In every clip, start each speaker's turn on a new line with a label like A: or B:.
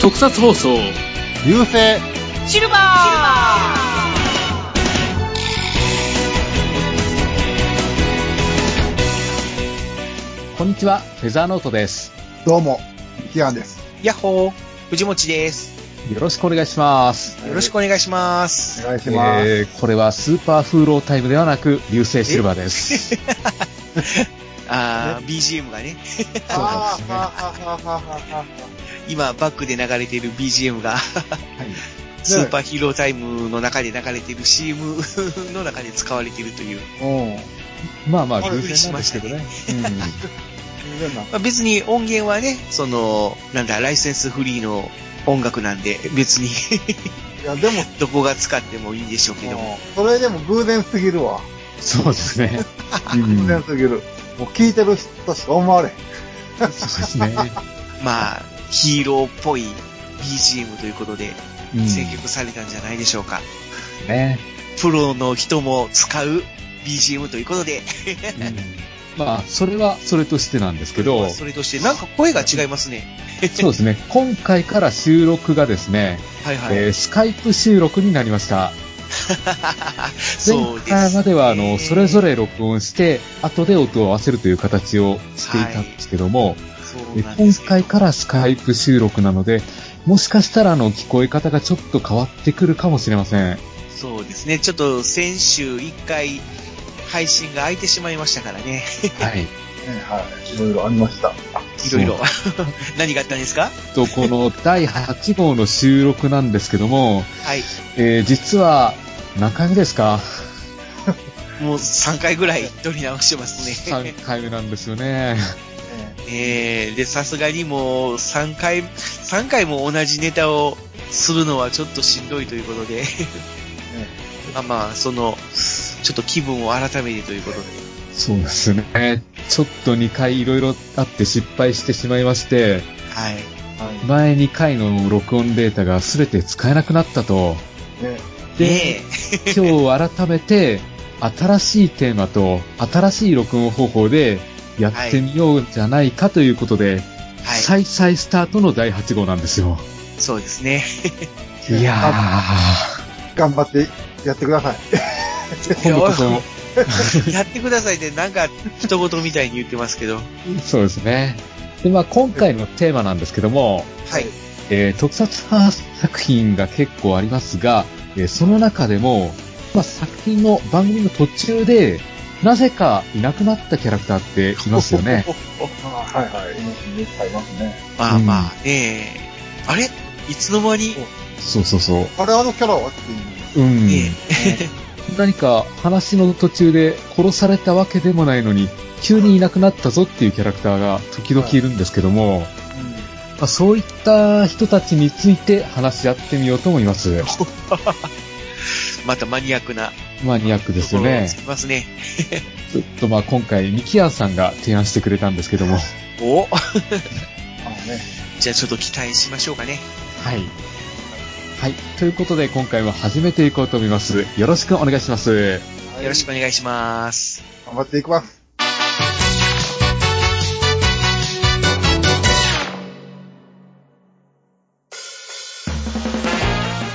A: 特撮放送
B: 流星
C: シルバー
D: こんにちは、フェザーノートです。
B: どうも、キアンです。
C: ヤッホー藤持です。
D: よろしくお願いします。
C: よろしくお願いします。
B: お願いします。
D: えーこれはスーパーフーロータイムではなく、流星シルバーです。
C: あー、BGM がね、
B: あーはははははは
C: 今バックで流れている BGM が、 スーパーヒーロータイムの中で流れている CM の中で使われているという。
B: うん。
D: まあまあ、
C: あ
D: 偶然なんですけどね。
B: 全然な。
C: まあ、別に音源はね、その、なんだ、ライセンスフリーの音楽なんで、別に
B: いや、でも、
C: どこが使ってもいいんでしょうけども。
B: それでも偶然すぎるわ。
D: うんそうですね。う
B: 偶
D: ん
B: 然すぎる。もう聞いてる人しか思われへん。
D: そうですね。
C: まあ、ヒーローっぽい BGM ということで、
D: うん
C: 選曲されたんじゃないでしょうか。
D: ね。
C: プロの人も使う BGM ということで、
D: うんまあ、それはそれとしてなんですけど、
C: そ
D: そう
C: れとして、なんか声が違いますね。
D: ですね、今回から収録がですね、
C: はいはい。
D: えースカイプ収録になりました。
C: そうです
D: 前
C: ね。
D: 回までは、あの、それぞれ録音して、後で音を合わせるという形をしていたんですけども、
C: そう
D: え
C: なんですけ
D: 今
C: ど
D: 回からスカイプ収録なので、もしかしたらあの聞こえ方がちょっと変わってくるかもしれません。
C: そうですね。ちょっと先週1回配信が空いてしまいましたからね。
D: はい。
B: ねはい。いろいろありました。
C: いろい ろ。何があったんですか
D: と、この第8号の収録なんですけども、
C: はい。
D: えー実は何回目ですか
C: もう3回ぐらい撮り直してますね。
D: ?3 回目なんですよね。
B: ね
C: えー、で、さすがにもう3回、3回も同じネタをするのはちょっとしんどいということで、
B: ね
C: まあまあ、その、ちょっと気分を改めてということで。
D: そうですね。ちょっと2回いろいろあって失敗してしまいまして、
C: はい。
B: は
D: 前2回の録音データが全て使えなくなったと。
B: い。ね
C: で、
D: 今日改めて、新しいテーマと新しい録音方法でやってみようじゃないかということで、
C: は
D: 再々スタートの第8号なんですよ。
C: い。そうです ね。
D: いや
B: 頑張ってやってください。
D: ー、今度こ そ、
C: やってくださいって、なんか、人事みたいに言ってますけど。は
D: そうですね。で、まあ今回のテーマなんですけども、
C: い。
D: えー特撮派作品が結構ありますが、えーその中でも、まあ作品の番組の途中で、なぜかいなくなったキャラクターっていますよね。
B: はいはい。いますね。
C: まあまあ、ねえ。あれいつの間に
D: そうそうそう。
B: あれ、あのキャラはっていう。
D: うん。
C: ね
D: 何か話の途中で殺されたわけでもないのに、急にいなくなったぞっていうキャラクターが時々いるんですけども、まあ、そういった人たちについて話し合ってみようと思います。
C: えまたマニアックな
D: マニアックで
C: と
D: す
C: こ
D: よ
C: ろを
D: ね
C: つ。きますね。
D: ちょっとまあ今回、ミキアンさんが提案してくれたんですけども。は
C: お
B: あのね。
C: じゃあちょっと期待しましょうかね。
D: い。はい。ということで今回は始めていこうと思います。よろしくお願いします。
B: はい
C: よろしくお願いします。
B: 頑張っていきます。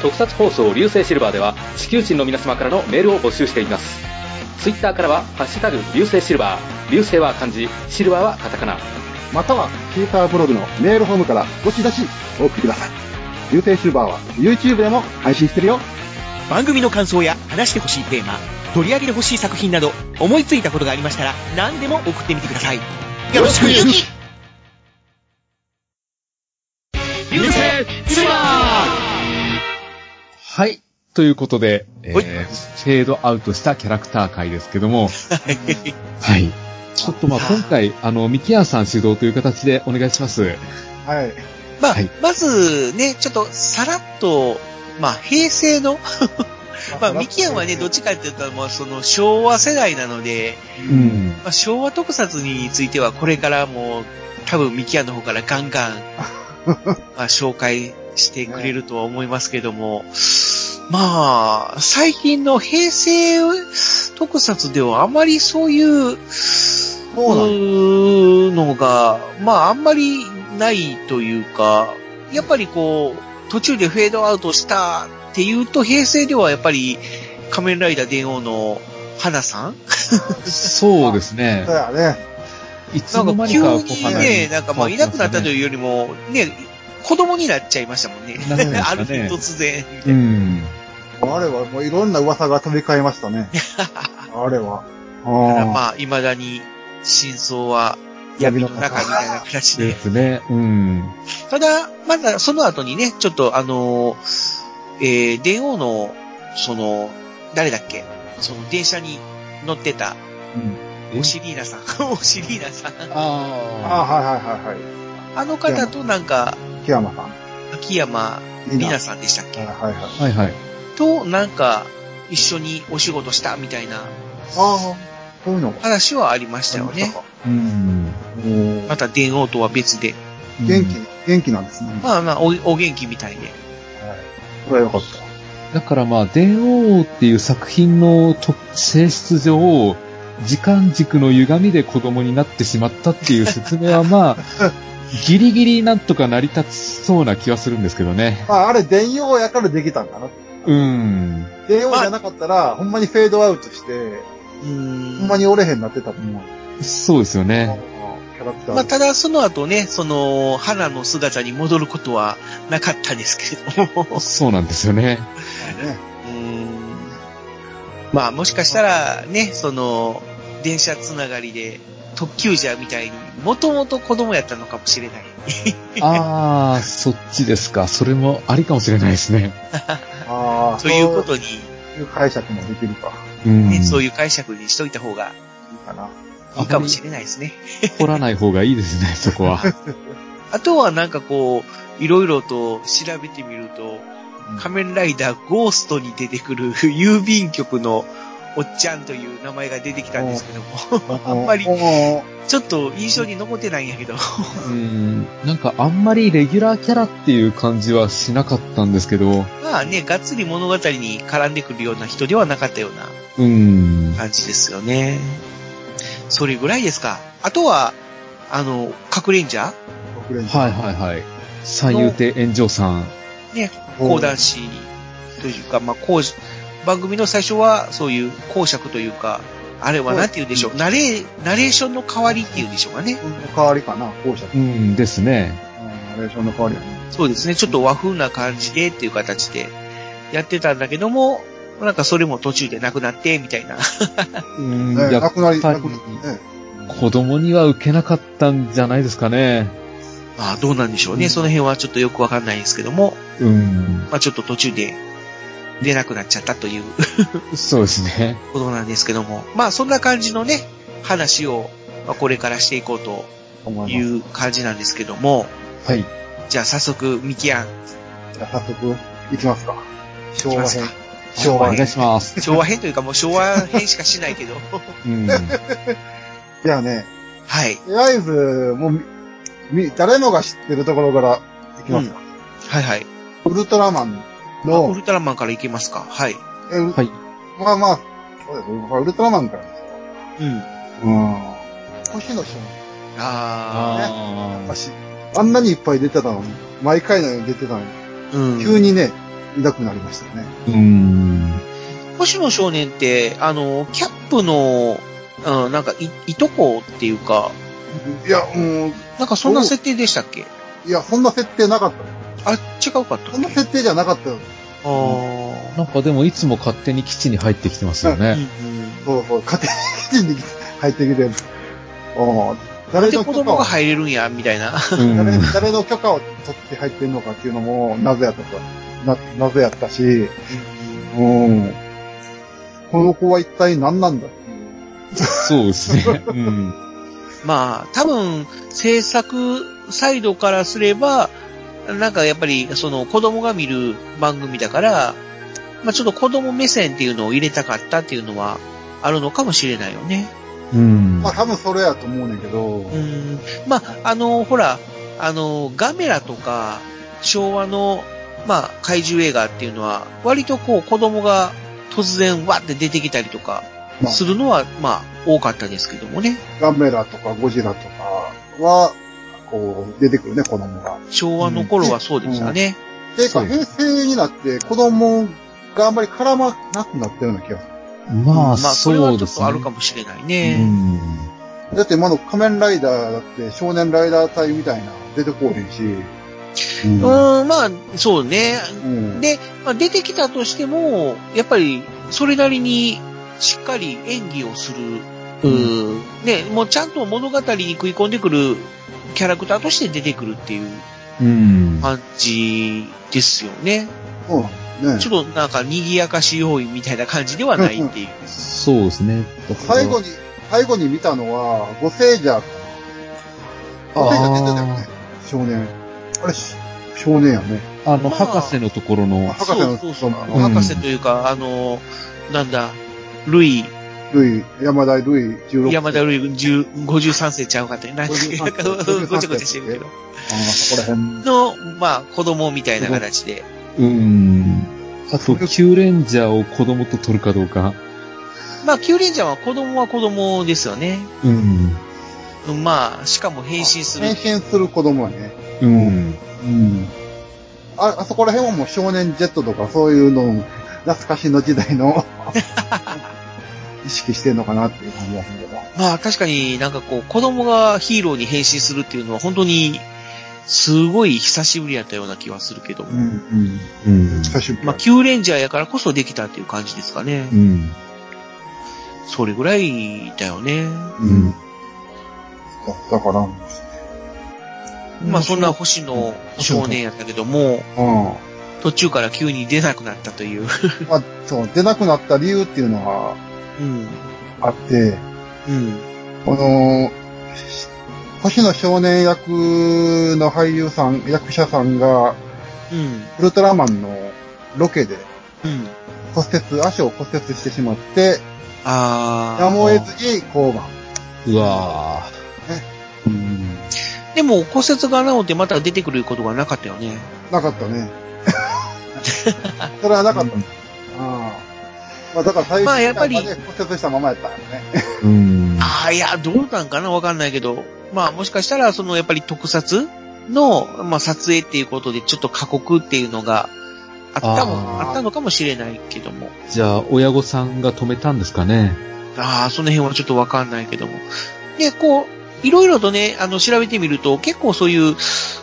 E: 特撮放送流星シルバーでは地球人の皆様からのメールを募集していますツイッターからは「ハッシュタグ流星シルバー」流星は漢字シルバーはカタカナ
F: またはシーサーブログのメールフォームからどしどしお送りください。流星シルバーは YouTube でも配信してるよ。
G: 番組の感想や話してほしいテーマ取り上げてほしい作品など思いついたことがありましたら何でも送ってみてくださいよろしくゆき流星シルバー
D: はい。ということで、えー
C: はい
D: フェードアウトしたキャラクター回ですけども、はい。ちょっとまあ今回、あの、ミキアンさん主導という形でお願いします。
B: はい。
C: まあ、
D: はい
C: まずね、ちょっとさらっと、まあ、平成の、まあ、ミキアンはね、どっちかって言ったら、まあ、その、昭和世代なので、
D: うん。
C: まあ、昭和特撮についてはこれからもう多分ミキアの方からガンガン、まあ、紹介してくれるとは思いますけども、まあ、最近の平成特撮ではあまりそういう、
B: うなん
C: うのが、まああんまりないというか、やっぱりこう、途中でフェードアウトしたっていうと、平成ではやっぱり仮面ライダー電王の花さん
D: そうですね
B: そう。やね。
D: いつ
C: な
D: の
C: ん
D: 間
C: か
D: に
C: 急
D: か
C: にね、なんかまあいなくなったというよりも、ね、子供になっちゃいましたもんね。
D: なりましたね
C: ある日突然。
D: う。うん。
B: あれはもういろんな噂が飛び交いました ね。あれは。あ
C: まあ、未だに真相は闇の中みたいな形
D: で
C: で。
D: すね。うん。
C: ただ、まだその後にね、ちょっとあのーえー、電王の、その、誰だっけその電車に乗ってた、
D: え
C: オシリーナさん。 オシリーナさん。
B: あ、
D: あ
B: はいはいはいは
C: あの方となんか、
B: い。木山さん。
C: 秋山
B: いい
C: 里
B: な
C: 奈さんでしたっけ
B: はいはいはい。
D: あ。はいはい。
C: と、なんか、一緒にお仕事したみたいな
B: ああ、そういうのが。
C: 話はありましたよね。
D: うん。
B: うん
C: また電王とは別で。
B: 元気、元気なんですね。
C: まあまあ、おお元気みたいで。
B: それはよかっ
D: だからまあ、電王っていう作品のと性質上、時間軸の歪みで子供になってしまったっていう説明は まあ、ギリギリなんとか成り立ちそうな気はするんですけどね。
B: た。まあ、あれ、電用やからできたんかな。
D: うん。
B: 電用じゃなかったら、ほんまにフェードアウトして、
C: うーん
B: ほんまに折れへんなってたもんな。
D: そうですよね。
B: キャラクター。
C: まあ、ただその後ね、その、花の姿に戻ることはなかったですけれども。
D: そうなんです よね。
B: ね。
C: うーんまあ、もしかしたらね、その、電車つながりで、特急じゃみたいに、もともと子供やったのかもしれない。
D: ああ、そっちですか。それもありかもしれないですね。
B: ああ、
C: ということに、
B: そういう解釈もできるか。
D: うん。
C: ね、そう
D: い
C: いう解釈にしといた方が
B: いいかな。
C: いいかもしれないですね。
D: う。掘らない方がいいですね、そこは。
C: あとはなんかこう、いろいろと調べてみると、仮面ライダーゴーストに出てくる 郵便局のおっちゃんという名前が出てきたんですけども、あんまり
B: もう
C: ちょっと印象に残ってないんやけど。
D: うん。なんかあんまりレギュラーキャラっていう感じはしなかったんですけど、
C: まあね、がっつり物語に絡んでくるような人ではなかったような
D: うん。
C: 感じですよね。それぐらいですか。あとは、あの、核レンジャ
B: 国連
D: はいはいはい。三遊亭炎上さん。
C: ーね、講談師というか、まあ、講師番組の最初はそういう講釈というか、あれはなんて言うんでしょう、ナレー、ナレーションの代わりっていうんでしょうかね。
B: の代わりかな、後者。う、
D: うんんですね。
B: ナレーションの代わりやね。
C: そうですね、ちょっと和風な感じでっていう形でやってたんだけども、なんかそれも途中でなくなって、みたいな。
D: うん。
B: ね
D: や
B: な
D: っ
B: くなり、
D: ぱ
B: な
D: り
B: くなりね。
D: 子供には受けなかったんじゃないですかね。
C: まあどうなんでしょうね。その辺はちょっとよくわかんないですけども、
D: うん。
C: まあちょっと途中で出なくなっちゃったという
D: そうですね。
C: ことなんですけども、まあそんな感じのね、話を、まあ、これからしていこうと
B: 思い
C: い
B: ます。
C: う感じなんですけども、
D: はい。
C: じゃあ早速、ミキ アン、
B: じゃあ早速、行きますか。昭
C: き
B: 和
C: ます
B: 編
C: か。
B: 昭和
D: お願
B: 編
D: い。します。
C: 昭和編というかもう昭和編しかしないけど、
D: うん。
B: じゃあね、
C: はい。
B: とりあえず、もうみ、み、誰もが知ってるところから行きますか。
C: はいはい。
B: ウルトラマン
C: あウ
B: の、
C: ルトラマンからいけますかはい。
B: えう
D: はい。
B: まあまあ、そうですまあウルトラマンからですよ。
C: うん。
B: うん。星野翔
C: あ
D: あ
B: やっ
D: ー
B: ぱし、あんなにいっぱい出てたのに、毎回のように出てたのに、
C: ー。うん。
B: 急にね、いなくなりましたね。
D: うん。
C: 星野少年って、あの、キャップの、うん、なんかい、いとこっていうか、
B: いや、うん、
C: なんかそんな設定でしたっけ
B: いや、そんな設定なかった。
C: あ、違うかったっ
B: そんな
C: け
B: 設定じゃなかったよ。
C: あー
D: なんかでもいつも勝手に基地に入ってきてますよ
C: うん
D: ね。
C: うん
B: そうそう、家庭に入ってきてる。ああ、
C: なん
B: 誰
C: で
B: の
C: 子
B: 許
C: 供
B: 可を
C: が、入れるんや、みたいな。
D: うん。
B: 誰誰の許可を取って入ってんのかっていうのも、なぜやったか、な、なぜやったし、 うん。この子は一体何なんだっていう。
D: そうですね。うん。
C: まあ、多分、制作サイドからすれば、なんかやっぱり、その子供が見る番組だから、まあちょっと子供目線っていうのを入れたかったっていうのはあるのかもしれないよね。
D: うん
B: まあ。多分それやと思うねんけど、
C: うん。まあ、あの、ほら、あの、ガメラとか、昭和の、まあ、怪獣映画っていうのは、割とこう、子供が突然わって出てきたりとか、
B: まあ
C: するのは、まあ、多かったですけどもね。
B: ガメラとかゴジラとかは、こう、出てくるね、子供が。
C: 昭和の頃はそうでしたね。
B: て
D: そ
B: か、
D: うで
B: 平成になって子供があんまり絡まなくなったような気がす
D: まあ、
C: まあ、それは
D: そう
C: ち
D: で
C: ょっ
D: す
C: と
D: ね。
C: あるかもしれないうね。
D: ん。
B: る。だって今の仮面ライダーだって少年ライダー隊みたいな出てこうへんし。
C: う
B: うん
C: ーん、まあ、そうね。
B: うん。
C: で、まあ、出てきたとしても、やっぱり、それなりに、しっかり演技をする、うーね、もうちゃんと物語に食い込んでくるキャラクターとして出てくるっていう
D: うん。
C: 感じですよね。
B: そうなんです
C: ち
B: ね。
C: ょっとなんか賑やかし要因みたいな感じではないっていう。
D: そうですね。だから
B: 最後に、最後に見たのは、ゴセージャーかな。ゴセージャー出てたよね。少年。あれ、し少年やね。
D: あ
C: ま
D: の、
C: あ
D: 博士のところの、
B: 博士の
C: そうそうそう。
B: その
D: うん
C: 博士というか、あの、なんだ、ルイ、
B: ルイ、山田ルイ16世。
C: 山田ルイ10 53世ちゃうかって、なんか
B: 53世、
C: ごちゃごちゃしてるけど。
B: あーそこら辺。
C: の、まあ、子供みたいな形で。
D: うん。あと、キューレンジャーを子供と取るかどうか。
C: まあ、キュウレンジャーは子供は子供ですよね。
D: うん。
C: まあ、しかも変身する。
B: 変身する子供やね。
D: うん。
B: うん。あ、あそこら辺はもう少年ジェットとかそういうの、懐かしの時代の、意識してんのかなっていう感じがするけど。
C: まあ、確かになんかこう、子供がヒーローに変身するっていうのは本当に、すごい久しぶりやったような気はするけども。
B: うん、うん。
D: うん。
B: 久しぶり。
C: まあ、キュウレンジャーやからこそできたっていう感じですかね。
D: うん。
C: それぐらいだよね。
B: うん。だだから、う
C: まあ、そんな星の少年やったけども、
B: ん。
C: 途中から急に出なくなったという。
B: まあ、そう、出なくなった理由っていうのが
C: うん。
B: あって、
C: うん。
B: あのー、星野少年役の俳優さん、役者さんが、
C: うん。
B: ウルトラマンのロケで
C: うん。
B: 骨折、足を骨折してしまって、
C: あー
B: やむを得ずに降板。
D: うわぁ。うん。
C: でも骨折が治ってまた出てくることがなかったよね。
B: なかった ね。それはなかった。ああまあだから最
C: まあやっぱり
B: 最後まで骨折したままやったよね。
D: うん。
C: ああ、いや、どうなんかなわかんないけど。まあもしかしたら、そのやっぱり特撮の、まあ撮影っていうことでちょっと過酷っていうのがあったも
D: あ
C: ん
B: ー
C: あったのかもしれないけども。
D: じゃあ、親御さんが止めたんですかね。
C: ああ、その辺はちょっとわかんないけども。で、こう、いろいろとね、あの、調べてみると、結構そういう、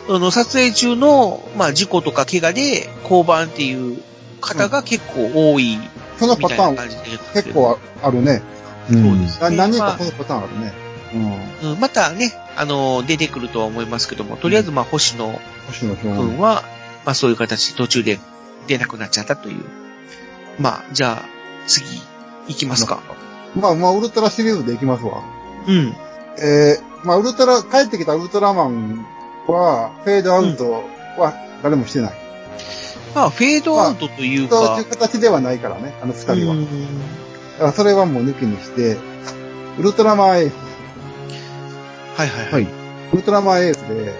C: あの、撮影中の、まあ、事故とか怪我で、降板っていう方が結構多い、
B: その
C: み
B: パ
C: た
B: タ
C: いな
B: ーン
C: 感じで。
B: 結構あるね。
D: う
C: そうんで。す
B: な
C: ね
B: 何人
C: まあ
B: かそのパターンあるね。うん。
C: うん、またね、あの、出てくるとは思いますけども、とりあえず、まあ、星野
B: 星野表
C: くん
B: 現。
C: は、まあ、そういう形で途中で出なくなっちゃったという。まあ、じゃあ、次、行きますか。
B: まあまあウルトラシリーズでいきますわ。
C: うん。
B: えー、まあウルトラ、帰ってきたウルトラマンは、フェードアウトは誰もしてない。
C: まあ、フェードアウトというか、
B: そういう形ではないからね、あの二人は。
C: うん
B: だからそれはもう抜きにして、ウルトラマンエース、
C: はいはいは
D: はいい。
B: ウルトラマンエースで、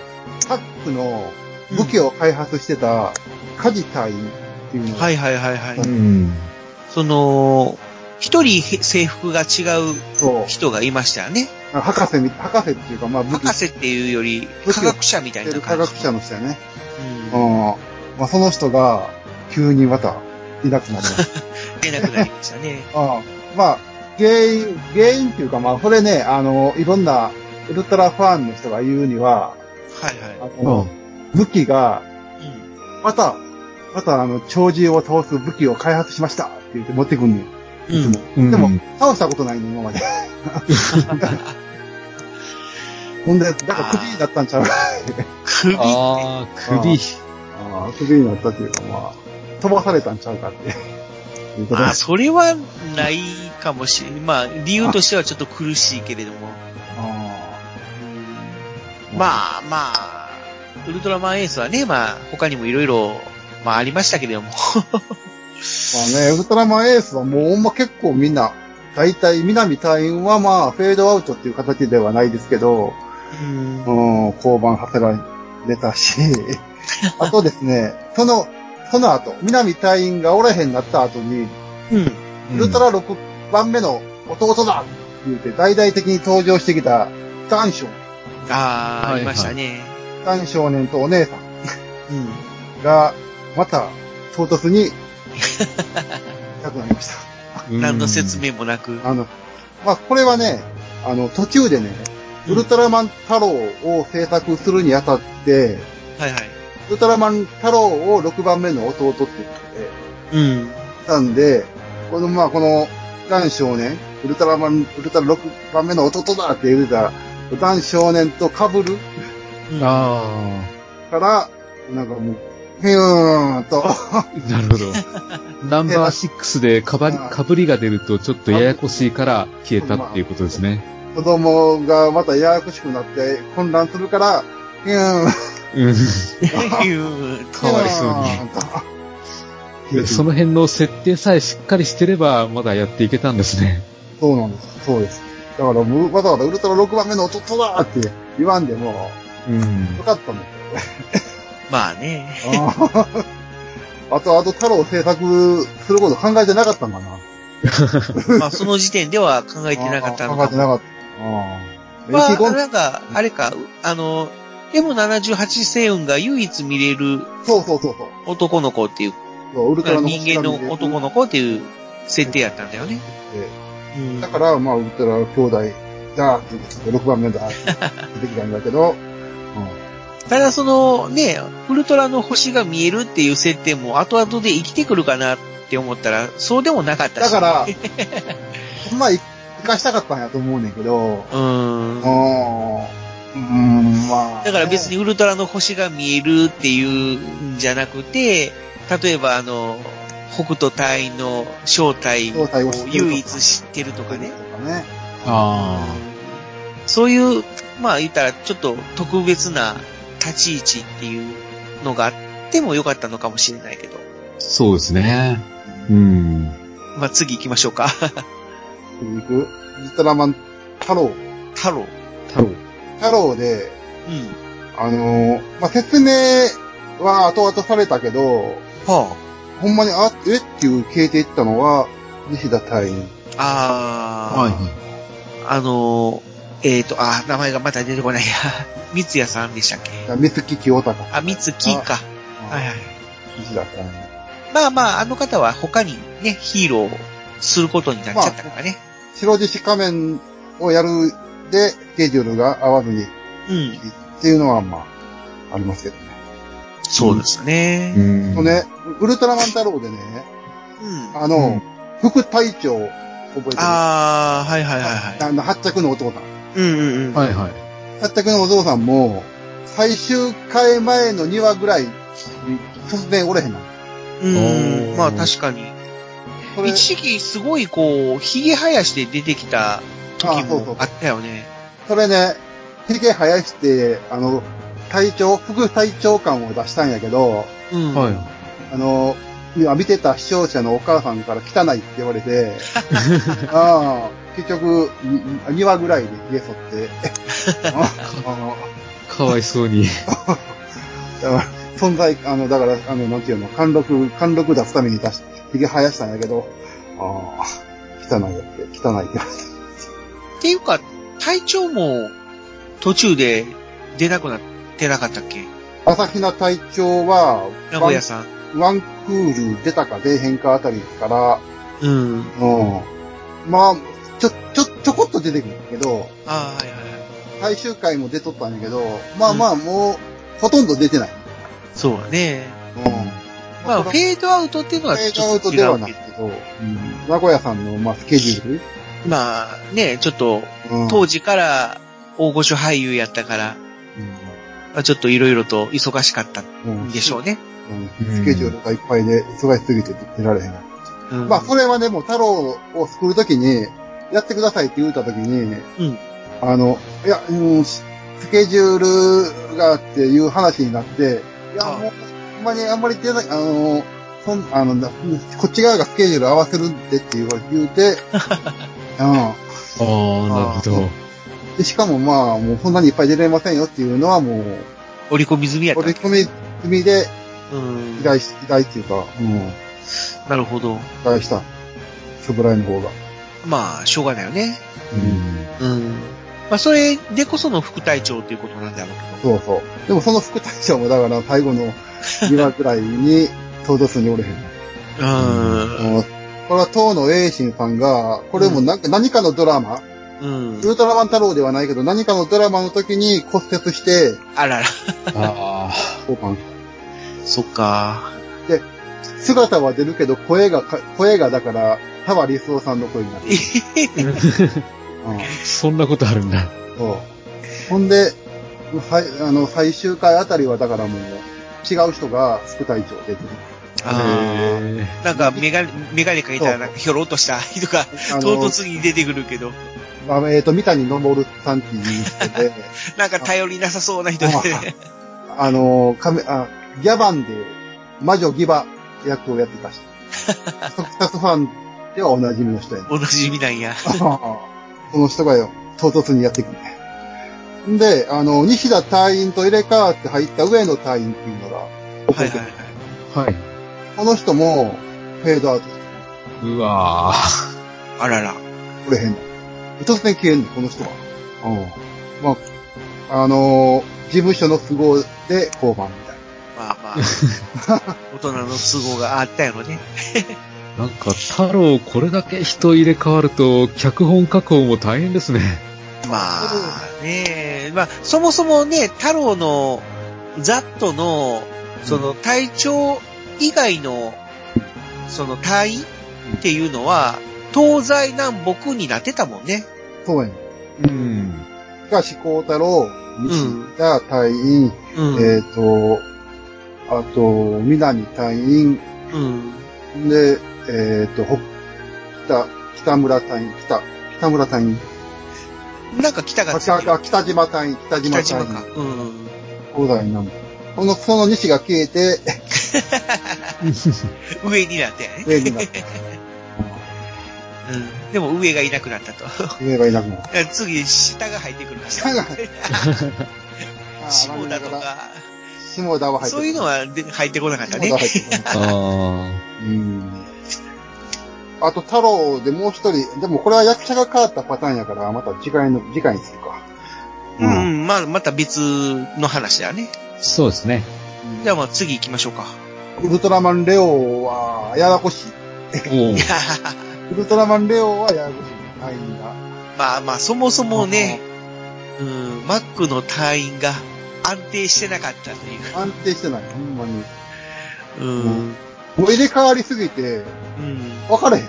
B: タックの武器を開発してた、カジタイっていうのが、
C: はいはいはいはい。
D: うん。
C: その、一人へ制服が違う
B: そう、
C: 人がいましたよね。
B: 博士み、博士っていうか、まあ武器
C: 博士っていうより、
B: 武器
C: 科学者みた
B: や
C: い
B: って
C: な
B: る科
C: 感じ。
B: 学者の人やね。うん
C: うん。。
B: まあその人が、急にまた、いなくなりま した。
C: 出なくなりましたね。
B: ああまあ、原因、原因っていうか、まあ、それね、あの、いろんな、ウルトラファンの人が言うには、
C: はいは
B: あの、武器が、
C: い。うん。
B: また、またあの、超獣を倒す武器を開発しましたって言って持ってくんねん。いつも
D: うん。
B: でも、倒したことないね、今まで。ほんで、だからクビになったんちゃう
C: 首って。
D: ああ、首。
B: ああ、クビになったっていうか、まあ、飛ばされたんちゃうかって。いうこと
C: あ
B: で
C: ー、
B: す。
C: それはないかもしれん。まあ、理由としてはちょっと苦しいけれども。
B: あ
C: うんまあまあ、ウルトラマンエースはね、まあ、他にもいろいろ、まあありましたけれども。
B: ーまあね、ウルトラマンエースはもうほんま結構みんな、大体、南隊員はまあ、フェードアウトっていう形ではないですけど、
C: うん
B: うん、降板させられたし、あとですね、その、その後、南隊員がおらへんなった後に、
C: うん。
B: ウルトラ6番目の弟だって言って大々的に登場してきた、ダン少年。
C: あー、
D: はい
C: ありましたね。
B: ダン少年とお姉さん
C: うん。
B: が、また、唐突 に、亡くなりました。
D: うん
C: 何の説明もなく。
B: あの、まあ、これはね、あの、途中でね、ウルトラマン太郎を制作するにあたって、
C: はいはい。
B: ウルトラマン太郎を6番目の弟って言って、
C: うん。
B: たんで、この、まあ、この、ダン少年、ウルトラマン、ウルトラ6番目の弟だって言うてた、ダン少年と被る
D: あ
B: から、なんかもう、ふーんと、
D: あ、なる ほど。ナンバー6でかばり、かぶりが出るとちょっとややこしいから消えたっていうことですね。
B: 子供がまたややこしくなって混乱するから、ふーん、
D: うん。
C: いう
D: かわいそうに
B: ふーんと
D: でその辺の設定さえしっかりしてれば、まだやっていけたんですね。
B: そうなんです。そうです。だから、むわざわざウルトラ6番目の弟だって言わんでも、
D: うん
B: よ。かったんです
C: まあね。
B: よ。 あと、あと太郎制作すること考えてなかったんかな。
C: まあその時点では考えてなかったの
B: あ考え
C: か
B: て
C: も。
B: なかった。うん。
C: ま
B: エ
C: あ
B: キゴン
C: なんか、あれか、あの、M78 星雲が唯一見れる
B: そうそうそうそう
C: 男の子っていう、
B: そう。ウルトラの
C: 人間の男の子っていう設定やったんだよね。
B: 子だから、まあ、ウルトラ兄弟だっていうことで、6番目だって出てきたんだけど、うん
C: ただそのね、ウルトラの星が見えるっていう設定も後々で生きてくるかなって思ったら、そうでもなかった
B: だ
C: し。
B: から、ほんま、生かしたかったんやと思うねんけど、
C: うーん。
B: うん、まあ。
C: だから別にウルトラの星が見えるっていうんじゃなくて、例えばあの、北斗隊員の正体
B: 正
C: を
B: 体を知ってるとか
C: 唯一知ってるとかね。
B: とかね。
D: あ
C: そういう、まあ言ったらちょっと特別な立ち位置っていうのがあってもよかったのかもしれないけど。
D: あ、そうですね。うん。
C: まあ次行きましょうか。
B: 次行くウルトラマン太郎。
C: 太郎。
D: 太郎。
B: 太郎で、
C: うん。
B: あのーまあ、説明は後々されたけど、
C: は
B: ほんまに、あ、えっていう消えていったのは、西田隊員。
C: あ。ああ。
D: はい。
C: あのー、えっ、と、あー、名前がまた出てこないや。 三ツ矢さんでしたっけ
B: 三月清隆。
C: あ、三ツ金か。はいはい。
B: 西田隊員。
C: まあまあ、あの方は他にね、ヒーローをすることになっちゃったからね。
B: 白獅子仮面をやるで、スケジュールが合わずに、
C: うん。
B: っていうのは、まあ、ありますけどね。
C: そうですね。
D: ん
B: そうね、ウルトラマン太郎でね、
C: うん。あ
B: あ
D: う
B: の
D: ん、
B: 副隊長、覚えてる
C: あー、はいはいはいはい。
B: あの、発着のお父さん。
C: うんうんうん。
D: はいはい。
B: 発着のお父さんも、最終回前の2話ぐらいに、突然おれへんな。
C: うん。
D: おー
C: まあ確かに。
B: それ、
C: 一時期すごいこう、髭生やして出てきた時
B: あそうそ
C: も
B: う
C: あったよね。
B: それね、ひげ生やして、あの、隊長、副隊長感を出したんやけど、
C: うん。
D: はい。
B: あの、今見てた視聴者のお母さんから汚いって言われ て、ああ、結局、2話ぐらいで髭剃って、 あの、
D: かわいそうに。
B: だから、存在、あの、だから、あの、なんていうの、貫禄、貫禄出すために出し、髭生やしたんやけど、ああ、汚いやって、汚いって。
C: っていうか、隊長も途中で出なくなってなかったっけ
B: 朝比奈隊長は、
C: 名古屋さん。
B: ワンワンクール出たか出えへんかあたりから、
C: うん。
B: うん。まあ、ちょ、ちょ、ちょこっと出てくるんだけど、
C: ああ、はいはいは
B: 最
C: い。
B: 終回も出とったんやけど、まあまあもう、ほとんど出てない。
C: そうだね。
B: うん。
C: まあ、フ
B: イ
C: ェードアウトっていうのは
B: 映
C: ち
B: 画ア
C: ょ
B: ウ
C: っと
B: ト
C: 違
B: では
C: う
B: ない
C: け
B: けど、うん名古屋さんの、まあ、スケジュール、
C: ど。まあ、ね、ちょっと、
B: うん、
C: 当
B: 時、
C: 時から大御所俳優やったから、まあ、ちょっといろいろと忙しかったん
B: うんうん
C: でしょうね。
B: うんスケジュールがいっぱいで、忙しすぎて出られへん。
C: うん。
B: まあ、それはね、もう太郎を救うときに、やってくださいって言うたときに、
C: うん。
B: あの、いや、うん、スケジュールがっていう話になって、いや、
C: あ
B: も
C: あ
B: う、ほんまにあんまり出ない、あの、そん、あの、なこっち側がスケジュール合わせるんでって言われ言う て、う
D: ああ、なるほど。
B: ん。で、しかもまあ、もうそんなにいっぱい出れませんよっていうのはもう、
C: 折り込み済みやった。
B: 折り込み罪で
H: うん
B: 依。頼し、依頼っていうか、うん、依
H: なるほど。
B: 頼した。ショブライの方が。
H: まあ、しょうがないよね。
D: うん。
H: うん。まあ、それでこその副隊長っていうことなんだろうけ
B: そうそう。でもその副隊長もだから最後の2話くらいに登場するにおれへん。
H: ど。うん。
B: もうこれは当の栄心さんが、これもなんか何かのドラマ、
H: うん
B: ウ。ルトラマン太郎ではないけど、何かのドラマの時に骨折して、
H: あらら。
D: あ
B: 交換。
H: そっか。
B: 姿は出るけど、声がか、声がだから、タワリスオさんの声になる。うん
D: あ、 そんなことあるんだ。
B: そう。ほんで、はい、あの、最終回あたりはだからもう、違う人が副隊長出てる。
H: あー
D: へ
C: なんか、メガネ、メガネかけたら、なんか、ひょろっとした人が、
B: あ
C: 唐突に出てくるけど、
B: の、あえっ、と、三谷昇さんっていう人で、
C: なんか頼りなさそうな人で、ね、
B: あの、カメ、あ、ギャバンで、魔女ギバ役をやってた人。特撮ファンではおなじみの人 やね。
C: おなじみなんや。
B: この人がよ、唐突にやってくるね。んで、あの、西田隊員と入れ替わって入った上野隊員っていうのが、
C: はいはいはい。
D: ーはい。
B: この人も、フェードアウト。
D: うわぁ。
C: あらら。
B: これ変だ。突然消えんの、この人は。うん。まあ、あのー事務所の都合で降板みたい
C: まあまあ、 大人の都合があったやろね。
D: なんか、太郎、これだけ人入れ替わると、脚本確保も大変ですね。
C: まあねえ、まあそもそもね、太郎のザットの、その隊長以外の、その隊っていうのは、東西南北になってたもんね。
B: な。そうやね
D: うん。
B: ん。が、志向太郎、西田隊員、
C: うん。
B: えっ、と、あと、南隊員、
C: うん。
B: で、えっ、と、ほ北、北村隊員、北、北村隊員、
C: なんか北が
B: あ
C: ついてる
B: 北北島隊員、北島
C: 北
B: 隊
C: 島
B: 員、
C: か。うん。
B: 東大南部。この、その西が消え て、
C: 上になったやね。
B: 上になって、
C: うん。でも上がいなくなったと。
B: 上がいなくなった。
C: 次、下が入ってくるか
B: 下が
C: ら。
B: 下
C: 下田とか、
B: 下田は入って
C: そういうの
B: は
C: はで入ってこなかった
B: 下田
C: ね。
B: 入ってこない
D: あ
B: うん。あと、太郎でもう一人、でもこれは役者が変わったパターンやから、また次回の、次回にするか。
C: う。ん、まあ、また別の話だね。
D: あ。 そうですね。
C: じゃあまあ次行きましょうか。
B: ウルトラマンレオは、ややこしい。
D: おー
B: ウルトラマンレオはややこしい。隊員が。
C: まあまあ、そもそもね、うん、マックの隊員が安定してなかったという。
B: 安定してない、ほんまに。
C: うん。
B: もう入れ替わりすぎて、
C: うん。
B: 分かれへん。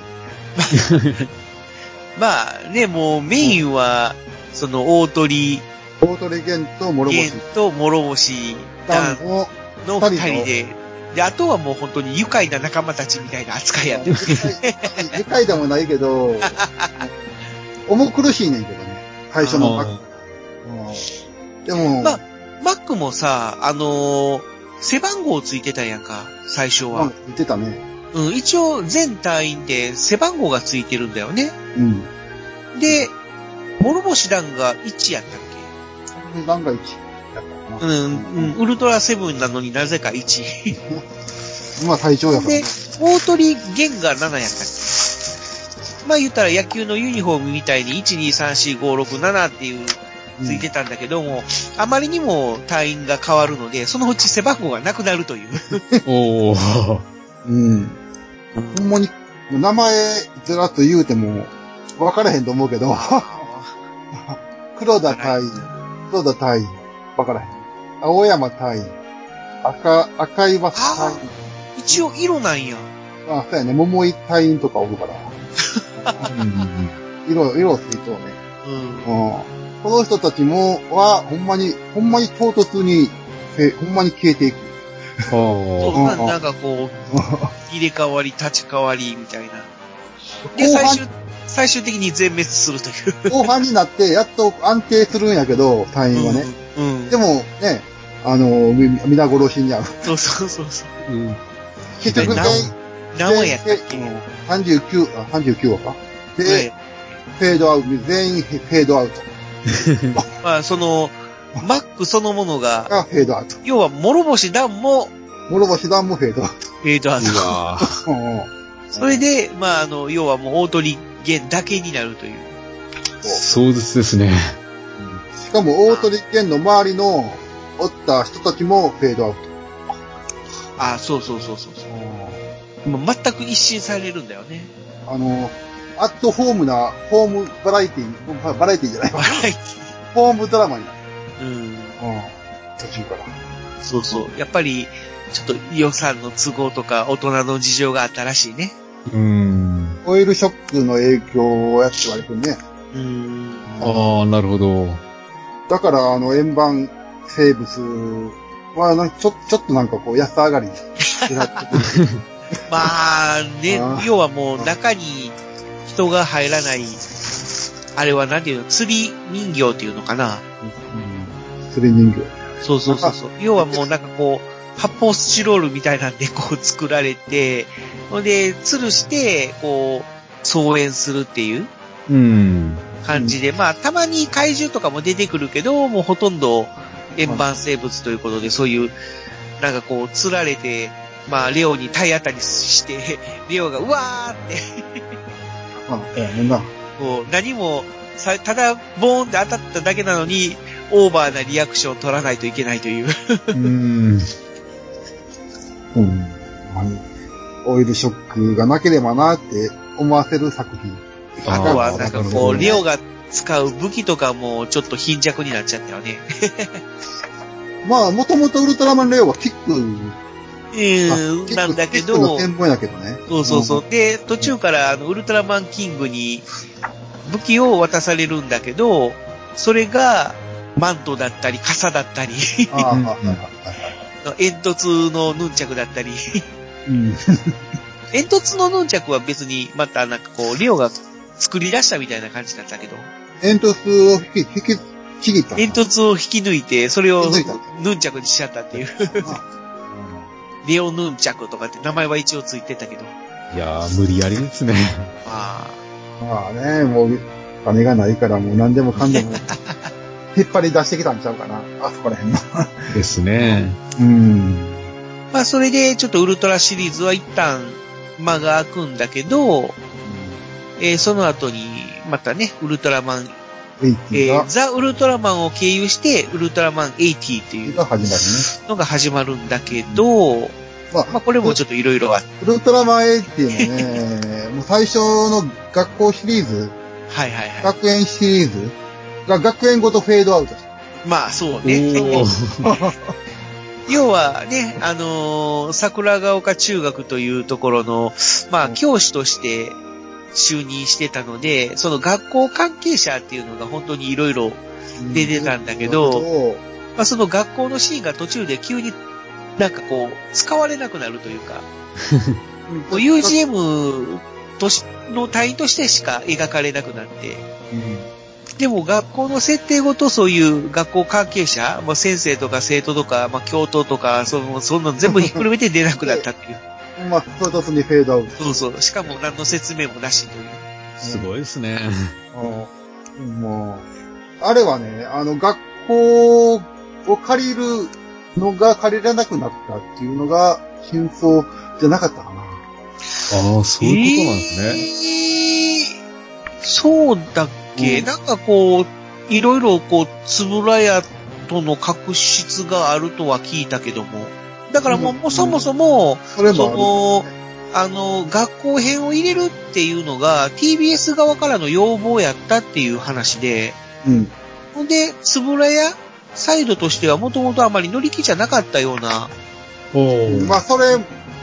C: まあね、もうメインは、その大鳥
B: 大鳥玄と諸
C: 玄
B: 星
C: と諸星
B: 団
C: 団
B: の、
C: の二人で、で、あとはもう本当に愉快な仲間たちみたいな扱いやってる。
B: 理解でもないけ ど、重苦しいねんけどね。最初のパック。うんでも、
C: まあマックもさ、あのー背番号ついてたやんか、最初
B: まあ
C: は。
B: 言ってたね。
C: うん、一応全隊員で背番号がついてるんだよね。
B: うん。
C: で、諸星団が1やったっ
B: 段階1やったか
C: けう
B: な。
C: ん、うん、ウルトラセブンなのになぜか1。
B: まあ最長やから
C: で、大鳥玄が7やったっけまあ言ったら野球のユニフォームみたいに1、2、3、4、5、6、7っていうついてたんだけども、あまりにも隊員が変わるので、そのうち背番号がなくなるという。
D: おー。
B: うん。ほんまに、名前ずらっと言うても、分からへんと思うけど、 黒田隊員、黒田隊員、分からへん。青山隊員、赤、赤岩隊員、
C: 一応色なんや。
B: あ、そうやね、桃井隊員とかおるから。色、色をついとうね。
C: うん。
B: うん。この人たちも、は、ほんまに、ほんまに唐突に、せほんまに消え ていく。
D: お
C: そう
D: ー。
C: な
B: うんうん
C: なんかこう、入れ替わり、立ち替わりみたいな。で、
B: 後
C: 最
B: 半
C: 終、最終的に全滅するという。
B: 後半になって、やっと安定するんやけど、隊員はね。
C: うん。うん。
B: でも、ね、あの、み皆殺しにあう。
C: そうそうそうそう。
D: うん
B: 結局、
C: な
B: 全
C: 何話やったっけ、
B: 全39、あ、39話か。で、
C: はい
B: フェードアウト、全員フェードアウト。
C: まあ、その、マックそのものが、
B: がフェードアウト。
C: 要は諸星団も
B: 諸星団もフェードアウ
C: フェードアウト。
D: わぁ。
B: ト。うんうん
C: それで、まあ、あの、要はもう大鳥源だけになるという。
D: 壮絶ですね。
B: しかも、大鳥県の周りの、おった人たちもフェードアウト。
C: あそうそうそうそうそう。もう全く一新されるんだよね。
B: あの、アットホームな、ホームバラエティ、ババラエティじゃないわ。
C: 笑
B: ホームドラマになる。
C: い。うん。
B: うん。途中から。
C: そうそう。やっぱり、ちょっと予算の都合とか大人の事情があったらしいね。
D: うーん。
B: オイルショックの影響をやって言われてるね。
C: うん。
D: ああ、なるほど。
B: だから、あの、円盤生物は、なんかちょ、ちょっとなんかこう、安上がりになってくる。
C: まあ、ね
B: あー、
C: 要はもう中に人が入らない、あれはなんていうの、釣り人形っていうのかな。
B: 釣り人形。
C: そうそうそうそう。 要はもうなんかこう、発泡スチロールみたいなんでこう作られて、ほんで、吊るして、こう、操演するっていう
D: うん。
C: 感じで、まあ、たまに怪獣とかも出てくるけど、もうほとんど円盤生物ということで、そういう、なんかこう、釣られて、まあ、レオに体当たりして、レオが、うわーって、
B: あ、ええ、な。
C: こう、何もさ、ただ、ボーンって当たっただけなのに、オーバーなリアクションを取らないといけないという。
D: うん。
B: うん。あのオイルショックがなければなって思わせる作品。
C: あとは、なんか
D: なる
C: こ
D: ほど
C: う、リオが使う武器とかも、ちょっと貧弱になっちゃったよね。
B: まあ、もともとウルトラマンレオはキック、
C: う
B: あ
C: ー
B: キック
C: ん、なんだけ
B: キックの
C: ど、
B: 専門やけどね。
C: そうそうそう。で、途中から、あの、ウルトラマンキングに、武器を渡されるんだけど、それが、マントだったり、傘だったり、
B: ああ、
D: うん
B: はいはいはいはい。
C: 煙突のヌンチャクだったり、
B: うん。
C: 煙突のヌンチャクは別に、またなんかこう、リオが作り出したみたいな感じだったけど、
B: 煙突を引き、引きちぎった。
C: 煙突を引き抜いて、それを
B: 引き抜い
C: ヌンチャクにしちゃったっていう。レオヌンチャクとかって名前は一応ついてたけど。
D: いやー、無理やりですね。
C: まあ、
B: まあね、もう、金がないからもう何でもかんでも、 引っ張り出してきたんちゃうかな。あそこら辺の。
D: ですね。
B: うん。
C: まあそれでちょっとウルトラシリーズは一旦間が空くんだけど、えーその後にまたね、ウルトラマン、
B: エイ
C: え
B: ティ
C: ー
B: が、
C: ザ・ウルトラマンを経由して、ウルトラマン80っていう
B: が始
C: のが始まるんだけど、
B: まりね。
C: まあこれもちょっといろいろあって、
B: ウルトラマンエイティもね、もう最初の学校シリーズ、
C: はいはいは
B: 学園シリーズが学園ごとフェードアウトした。
C: い。まあそう
D: お
C: ね。
D: ー。
C: 要はね、あのー桜ヶ丘中学というところの、まあ、教師として就任してたので、その学校関係者っていうのが本当にいろいろ、で出たんだけど
B: うん
C: まあ、その学校のシーンが途中で急になんかこう、使われなくなるというか、もう UGM としの隊員としてしか描かれなくなって、でも学校の設定ごとそういう学校関係者、まあ、先生とか生徒とか、まあ、教頭とか、そのそんなの全部ひっくるめて出なくなったっていう。
B: まあ、唐突にフェードアウト。
C: そうそう。しかも何の説明もなしという。
D: すごいですね。
B: うんもう、あれはね、あの、学校を借りるのが借りれなくなったっていうのが、真相じゃなかったかな。
D: ああ、そういうことなんですね。
C: ね。そうだっけ、
B: うん
C: なんかこう、いろいろこう、つぶらやとの確執があるとは聞いたけども。だからもう、
B: うん
C: もうそもそも、
B: それもあ
C: そ
B: る
C: の、あの、学校編を入れるっていうのが TBS 側からの要望やったっていう話で、
B: うん。
C: ほんで、つぶらやサイドとしてはもともとあまり乗り気じゃなかったような
D: お
B: まあ、それ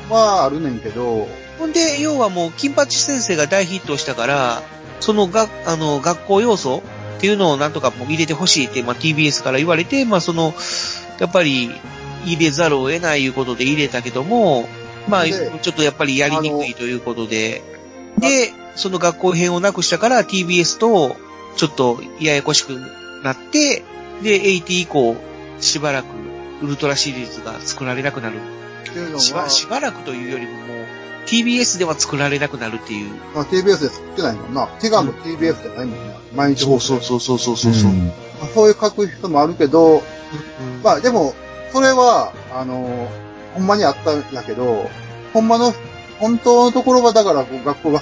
B: はあるねんけど、
C: ほんで、要はもう、金八先生が大ヒットしたから、そのが、あの、学校要素っていうのをなんとかもう入れてほしいって、まあ、TBS から言われて、まあ、その、やっぱり、入れざるを得ないいうことで入れたけども、まあ、
B: で
C: ちょっとやっぱりやりにくいということで、で、その学校編をなくしたから TBS と、ちょっとややこしくなって、で、80以降、しばらくウルトラシリーズが作られなくなる。
B: っていうの
C: しば
B: は、
C: しばらくというよりももう、TBS では作られなくなるっていう。
B: まあ TBS で作ってないもんな。テガの TBS じゃないもんな。毎日放送。
C: うそうそうそう
D: そうそう。
B: まあそういう書く人もあるけど、まあでも、それは、あの、ほんまにあったんだけど、ほんまの、本当のところはだから、こう学校が、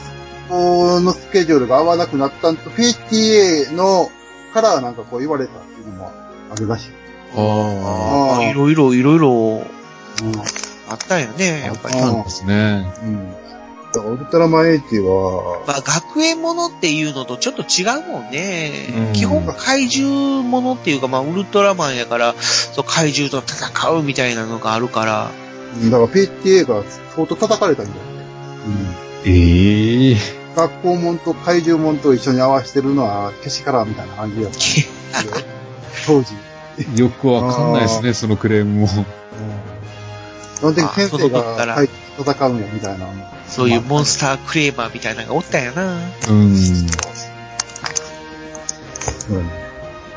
B: 学校のスケジュールが合わなくなったんと、PTA のカラーなんかこう言われたっていうのもあるらしい。
D: ああ。
C: ああ、いろいろ、いろいろ、あったよね、やっぱり。
D: そうですね。
B: うん。だから、ウルトラマンエイティは、
C: まあ、学園ものっていうのとちょっと違うもんね。
D: うん
C: 基本が怪獣ものっていうか、まあ、ウルトラマンやから、そう怪獣と戦うみたいなのがある から、
B: うんだから PTA が相当叩かれたんじゃない
D: ええ
B: うん。学校門と怪獣門と一緒に合わせてるのは、けしからんみたいな感じだった
C: け
B: んだよ当時。
D: よくわかんないですね、そのクレームも。
B: なんで先生
C: あそうだったら
B: がはい戦うんや、みたいな。
C: そういうモンスタークレーマーみたいなのがおったんやな。
D: うん。
B: うん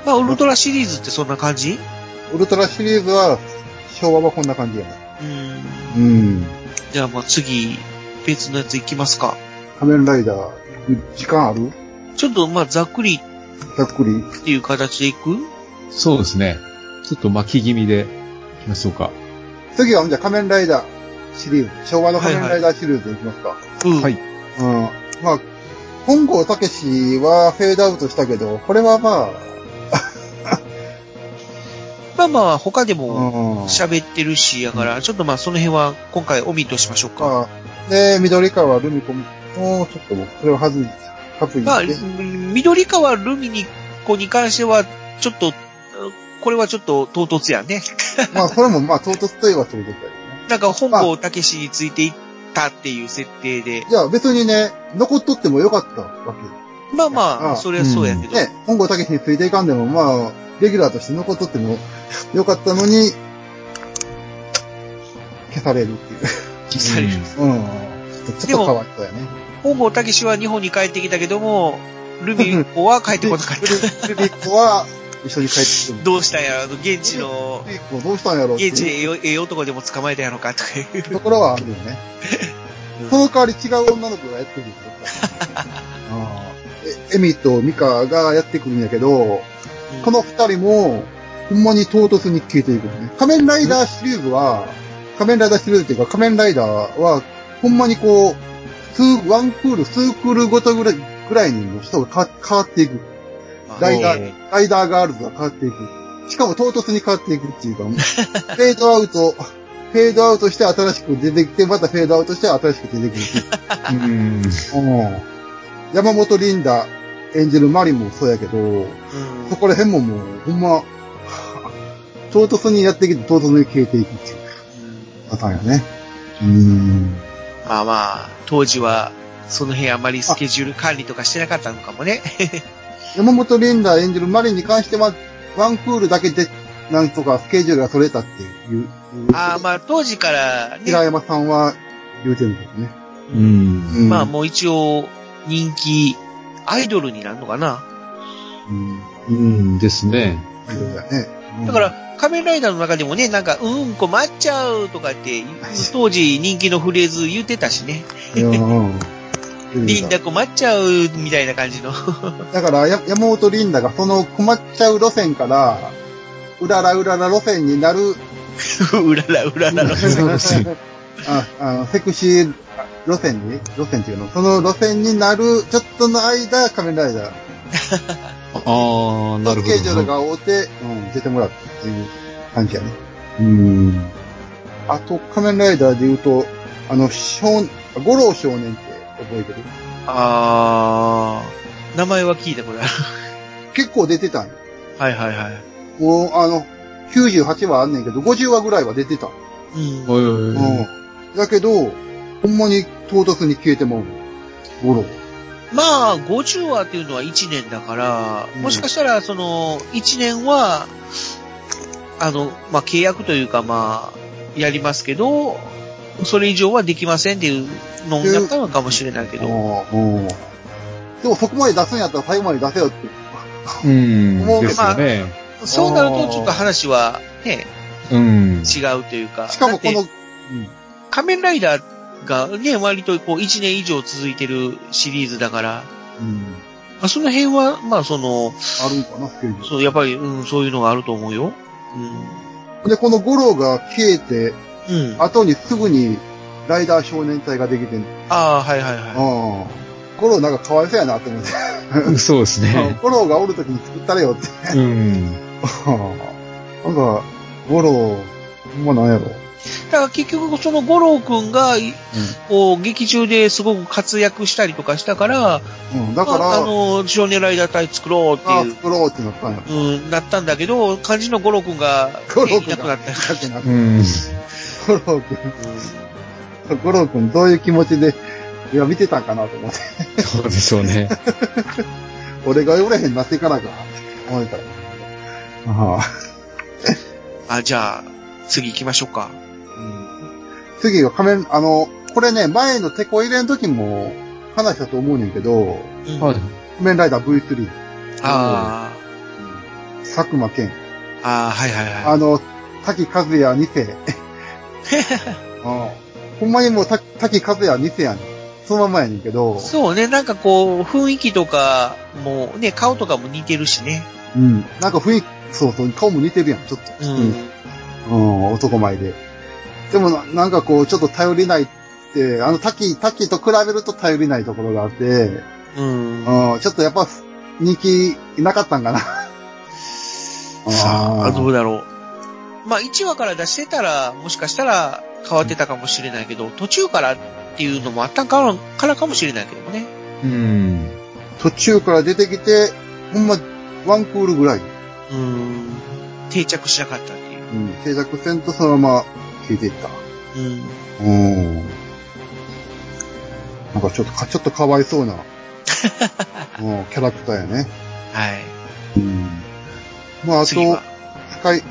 C: まあ、ウルトラシリーズってそんな感じ
B: ウルトラシリーズは、昭和はこんな感じやね。
C: うん。
B: うん。
C: じゃあ、まあ、次、別のやついきますか。
B: 仮面ライダー、時間ある
C: ちょっと、まあ、ざっくり
B: ざっくり。
C: っていう形でいく
D: そうですね。ちょっと巻き気味でいきましょうか。
B: 次は、じゃあ仮面ライダーシリーズ。昭和の仮面ライダーシリーズいきますか。
C: うん。
D: はい
B: うん。まあ、本郷武史はフェードアウトしたけど、これはまあ、
C: まあまあ、他で
B: う
C: も
B: ん。
C: 喋ってるし、やから、ちょっとまあ、その辺は今回オミとしましょうか。
B: まあ、で、緑川ルミ子も、ちょっともう、それは外に、外に
C: まあ、
B: して、
C: 緑川ルミニコに関しては、ちょっと、これはちょっと唐突やね。
B: まあ、それもまあ、唐突といえば唐突だよね。
C: なんか本郷武史についていったっていう設定で。
B: いや、別にね、残っとってもよかったわけよ。
C: まあま
B: あ
C: あ、
B: あ
C: それはそうやけど。
B: ね、本郷武史についていかんでも、まあ、レギュラーとして残っとってもよかったのに、消されるっていう。
C: 消される
B: うん。ちょっと、ちょっとかわいそうやね。
C: 本郷武史は日本に帰ってきたけども、ルミニコは帰ってこなかった。
B: ルビックは、一緒に帰ってきても
C: どうしたんやろあの現地の、
B: ルビックをどうしたんやろうって
C: 現地で
B: い
C: ええよええ男でも捕まえたやろかとかいう。
B: うところはあるよね。その代わり違う女の子がやってくるよ。 あーえエミとミカがやってくるんやけど、この二人も、ほんまに唐突に消えていくのね。仮面ライダーシリーズは、仮面ライダーシリーズっていうか仮面ライダーは、ほんまにこう、数、ワンクール、数クールごとぐらい、ぐらいにもう人がか変わっていく。ライダー、ライダーガールズが変わっていく。しかも唐突に変わっていくっていうか、もうフェードアウト、フェードアウトして新しく出てきて、またフェードアウトして新しく出てくる。
D: うん。
B: うん山本リンダ演じるマリもそうやけど、
C: うん
B: そこら辺ももう、ほんま、はぁ唐突にやってきて唐突に消えていくっていうパターンやね。うーん。
C: まあまあ、当時は、その辺あまりスケジュール管理とかしてなかったのかもね。
B: 山本リンダ演じるマリに関しては、ワンクールだけで、なんとかスケジュールが取れたっていう。
C: ああ、まあ当時からね、
B: 平山さんは言うてるんだよね。
D: うん。
B: うん
C: まあもう一応、人気、アイドルになるのかな。
B: うん。
D: うんですね。
B: そうだね。うん
C: だか、ら、仮面ライダーの中でもね、なんか、うんこ待っちゃうとかって、当時人気のフレーズ言ってたしね。
B: うん
C: リンダ困っちゃうみたいな感じの。
B: だから、や山本リンダがその困っちゃう路線から、うららうらら路線になる、
C: うららう ららの。
B: ああのセクシー路線に、路線っていうの、その路線になる、ちょっとの間、仮面ライダー
D: ああ、なる
B: スケジュー
D: ほ
B: ル
D: ど。
B: が追って、うん、出てもらったっていう感じやね。
D: うん。
B: あと、仮面ライダーで言うと、あの、少、五郎少年って覚えてる
C: あー、名前は聞いたことある。
B: 結構出てたんよ
C: はいはいはい。
B: もう、あの、98話あんねんけど、50話ぐらいは出てた。
C: うん。
D: おいおいおい
B: うん。だけど、ほんまに唐突に消えてまうの。ゴロ。
C: まあ、50話っていうのは1年だから、
B: うん
C: もしかしたら、その、1年は、あの、まあ、契約というか、まあ、やりますけど、それ以上はできませんっていうのだったのかもしれないけど、
B: うん。でもそこまで出すんやったら最後まで出せよって。
D: うん。
B: もう
D: ですよね。
C: そうなると、ちょっと話は、ね、
D: うん。
C: 違うというか。
B: しかもこ
C: だ
B: の
C: って、仮面ライダーがね、割とこう1年以上続いてるシリーズだから、
B: うん。
C: まあ、その辺は、まあその、
B: あるんかな、スケジュール。
C: そう、やっぱり、うん、そういうのがあると思うよ。
B: で、この五郎が消えて、
C: うん。うん。あ
B: 後にすぐにライダー少年隊ができてん。
C: あー、はいはいはい。
B: ああ。五郎なんかかわいそうやなって思って。
D: そうですね。
B: 五郎がおるときに作ったれよって。
D: うん。
B: なんか、五郎、ほんまなんやろ。
C: だから結局、その五郎くんが、いこう、劇中ですごく活躍したりとかしたから、
B: うん。だか
C: まあ、あ
B: ら、
C: の、少年ライダー隊作ろうって
B: ああ、
C: いう、
B: 作ろうってなったんや。
C: うん、なったんだけど、肝心の五郎くんが、
B: 五郎
C: い
B: く
C: なんくな
B: が、
C: った。
B: かけな
D: うん。
B: 五郎くん、五郎くんどういう気持ちで、いや、見てたんかなと思って。
D: そうでしょうね。
B: 俺が売れへんなっていかなあかんって思った。ああ。
C: あ、じゃあ、次行きましょうか。
B: 次が仮面、あの、これね、前のテコ入れの時も話したと思うねんけど、
C: うん
D: はい。
B: 仮面ライダー V3、
C: あ
B: 佐久間健、
C: ーあー、はいはいはい。
B: あの、滝和也2世。ああほんまにもうた滝和也2世やねん。そのままやねんけど、
C: そうね、なんかこう、雰囲気とかも、ね、顔とかも似てるしね。
B: うん。なんか雰囲気、そうそう、顔も似てるやん、ちょっと。
C: うん。
B: うん、男前で。でもな、なんかこう、ちょっと頼りないって、あの、滝、滝と比べると頼りないところがあって、
C: うん。
B: うん、ちょっとやっぱ、人気なかったんかな。
C: さ
B: あー
C: あ、どうだろう。まあ、1話から出してたら、もしかしたら変わってたかもしれないけど、途中からっていうのもあったんからからかもしれないけどもね。
D: うん。
B: 途中から出てきて、ほんま、ワンクールぐらい、う
C: うーん。定着しなかったっていう。
B: ん、静寂戦とそのまま消えていった。
C: うん。
B: うん。なんかちょっとか、ちょっとかわいそう な、うん、キャラクターやね。
C: はい。
B: うん。まあ、あと、ス
C: 次は。
B: カイ、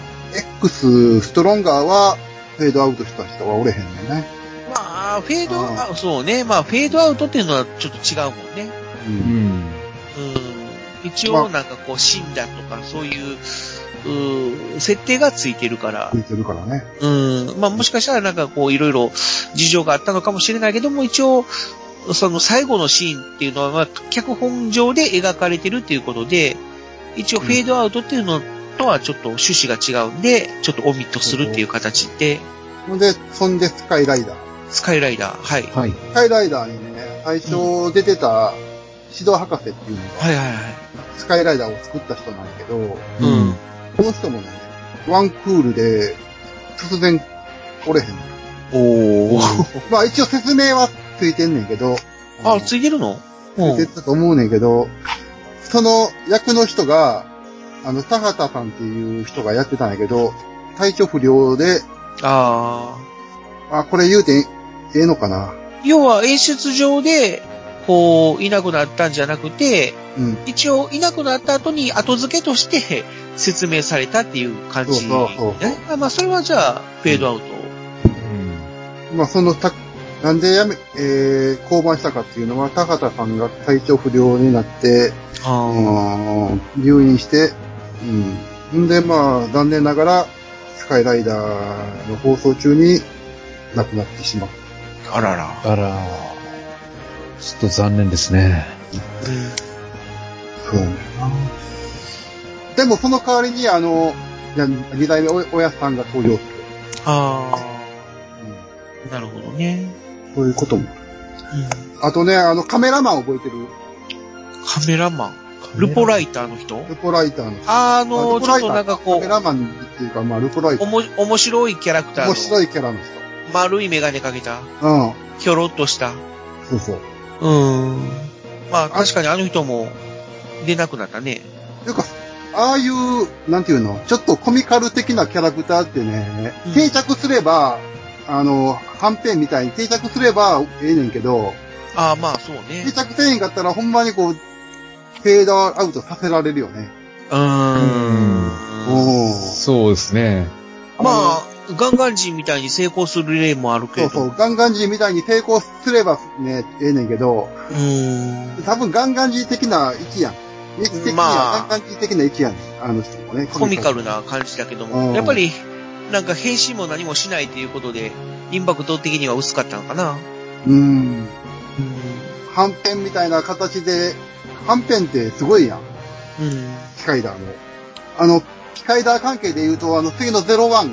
B: X、ストロンガーは、フェードアウトした人はおれへんねんね。
C: まあ、フェード
B: あ
C: ア
B: ー
C: ウト、そうね。まあ、フェードアウトっていうのはちょっと違うもんね。
B: う。
D: うんん。
C: うん。一
B: まあ
C: 応、なんかこう、死んだとか、そういう、うー設定がついてるから
B: つ、いてるからね。
C: うん。まあもしかしたらなんかこういろいろ事情があったのかもしれないけども、一応、その最後のシーンっていうのは、まあ、脚本上で描かれてるっていうことで、一応フェードアウトっていうのとはちょっと趣旨が違うんで、ちょっとオミットするっていう形で、
B: ほんで、そんでスカイライダー。
C: スカイライダー、はい。はい
D: はい。
B: スカイライダーにね、最初出てた指導博士っていうのが、
C: はいはい。
B: スカイライダーを作った人なんやけど、
C: うん。
B: この人もね、ワンクールで突然おれへん。
C: おー。
B: まあ一応説明はついてんねんけど、
C: あ、ついてるのう
B: ついて
C: ん。
B: たと思うねんけど、その役の人が、あの、田畑さんっていう人がやってたんやけど、体調不良で、
C: あ
B: あ、これ言うてええのかな。
C: ー。要は演出上で、こう、いなくなったんじゃなくて、
B: うん。
C: 一応、いなくなった後に後付けとして説明されたっていう感じ。
B: そうそうそう
C: ねあまあ、それはじゃあ、フェードアウト。
D: うん。
B: まあ、そのた、なんでやめ、えー、降板したかっていうのは、田畑さんが体調不良になって、う
C: あ
B: ーん入院して、うん。んで、まあ、残念ながら、スカイライダーの放送中に亡くなってしまう。
C: ああらら。
D: あら、ちょっと残念ですね。
B: そうね。でも、その代わりに、あの、じゃ二代目おおやすさんが登場する。
C: ああ。なるほどね。
B: うん、そういうことも。
C: うん
B: あとね、あの、カメラマン覚えてる
C: カメラマン。ルポライターの人
B: ルポライターの人。
C: あの、
B: ルポ
C: ちょ
B: ラ
C: っ
B: イター
C: となんか
B: カ
C: こ
B: メラマンっていうか、まあ、ルポライ
C: う、お
B: ター。
C: も、面白いキャラクターの。
B: 面白いキャラの人。
C: 丸いメガネかけた。
B: うん。
C: ひょろっとした。
B: そうそう。
C: うーん。まあ、確かにあの人も出なくなったね。
B: なんか、ああいう、なんていうの、ちょっとコミカル的なキャラクターってね、
C: うん
B: 定着すれば、あの、はんぺんみたいに定着すればええねんけど、
C: ああ、まあ、そうね
B: 定。着せえへんかったらほんまにこう、フェードアウトさせられるよね。
C: うーん。
B: お
D: そうですね。
C: まあ、ガンガン人みたいに成功する例もあるけ
B: そう
C: ど。
B: そうう、ガンガンジーみたいに抵抗すればね、ええねんけど、
C: ーん。
B: 多分ガンガンジー的な位置やん。位置的には
C: まあ
B: ガンガンジー的な位置やん。あの人もね。
C: コミカルな感じだけど
B: う
C: も。
B: ん
C: やっぱり、なんか返信も何もしないということで、インパクト的には薄かったのかな。
B: うん。はんぺんみたいな形で、はんぺんってすごいやん。
C: うん。
B: スカイダーの。あの、スカイダー関係で言うと、あの、次の01、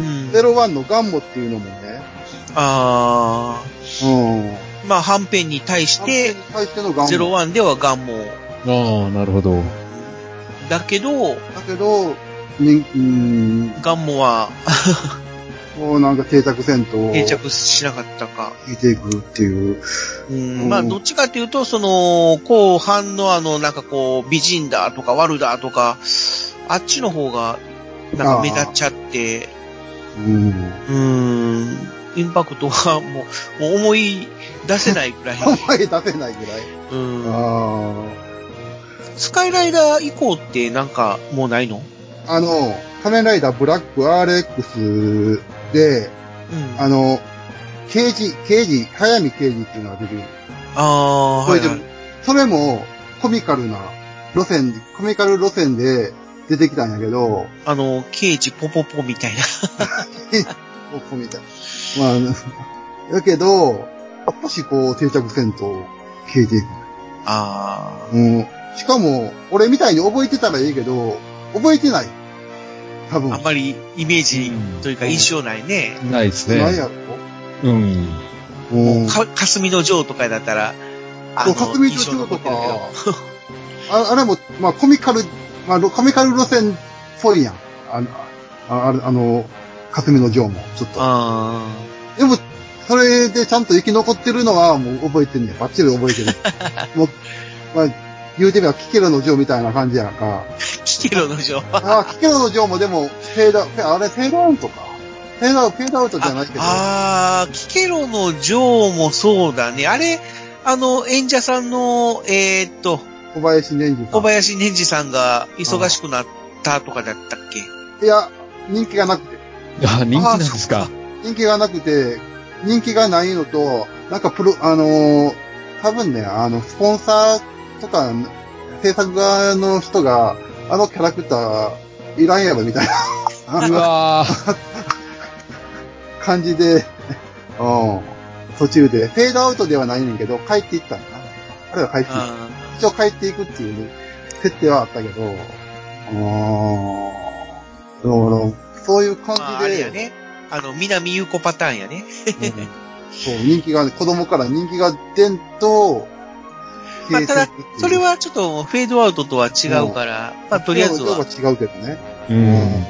C: うん。
B: 01のガンモっていうのもね、
C: あ
B: うん。
C: ー。まあ、はんぺんに対し
B: はんぺ
C: て
B: んに、対してのガンモ。
C: 01ではガンモ。
D: ああ、なるほど。
C: だけど、
B: だけど、に、うん、
C: ガンモは
B: もうなんか定着戦闘を
C: 定着しなかったか。
B: 聞いていくっていう。
C: うん
B: うん
C: まあ、どっちかっていうと、その、後半のあの、なんかこう、美人だとか悪だとか、あっちの方が、なんか目立っちゃって、
B: うん。
C: うーん、インパクトはもう、もう思い出せないくらい。
B: あんまり出せないぐらい。
C: うん。
B: あ
C: スカイライダー以降ってなんかもうないの
B: あ。あの、仮面ライダーブラック RX で、
C: うん。
B: あの、刑事、刑事、早見刑事っていうのが出てる。
C: あー、はい、はい。
B: それも、コミカルな路線、コミカル路線で出てきたんやけど、
C: あの、ケージポポポみたいな。
B: ここみたい。まああの、だけど、やっぱしこう定着せんと消えていく。
C: あ
B: うん。しかも、俺みたいに覚えてたらいいけど、覚えてない。多分。
C: ー、あんまりイメージというか印象ないね。
D: ないですね。
B: ないやろ
D: うん。
B: うん。
C: か、霞の城とかだったら、あ
B: そう、革命女長とか
C: 印象に残ってる、
B: ああれも、まあコミカル、まあコミカル路線っぽいやん。あの、あああの、霞の城も、ちょっ
C: けど
B: と。
C: あ
B: でも、それでちゃんと生き残ってるのはもう覚えてんねん。バッチリ覚 えてる。もう、まあ、言うてみれば、キケロの城みたいな感じやん か。
C: ー、キケロの城。あ
B: ああ、キケロの城もでも、フェード、フェあれ、フェードアウトか。フェードアウト、フェードアウトじゃないけど。
C: あー、キケロの城もそうだね。あれ、あの、演者さんの、えーっと、
B: 小林年次さ
C: 小
B: ん。
C: 林年次さんが忙しくなったとかだったっけ
B: いや、人気がなくて。
D: あ、人気なんですか。
B: 人気がなくて、人気がないのと、なんかプロ、あのー多分ね、あの、スポンサーとか、制作側の人が、あのキャラクター、いらんやろ、みたいな。
D: うわー
B: 感じで、 うん、途中で、フェードアウトではないねんけど、帰っていったんだな。あれは帰っていった。
C: あ
B: 一応帰っていくっていう、ね、設定はあったけど、うーん、だから、そういう感
C: ー
B: じで、
C: まあ、あれやね。あの、南優子パターンやね。
B: うんそう、人気が、子供から人気が出んと、
C: まあただ
B: 形成っていう
C: それ、はちょっとフェードアウトとは違うから、まあ、とりあえず
B: 量
C: は。
B: が違うけどね。
D: うん。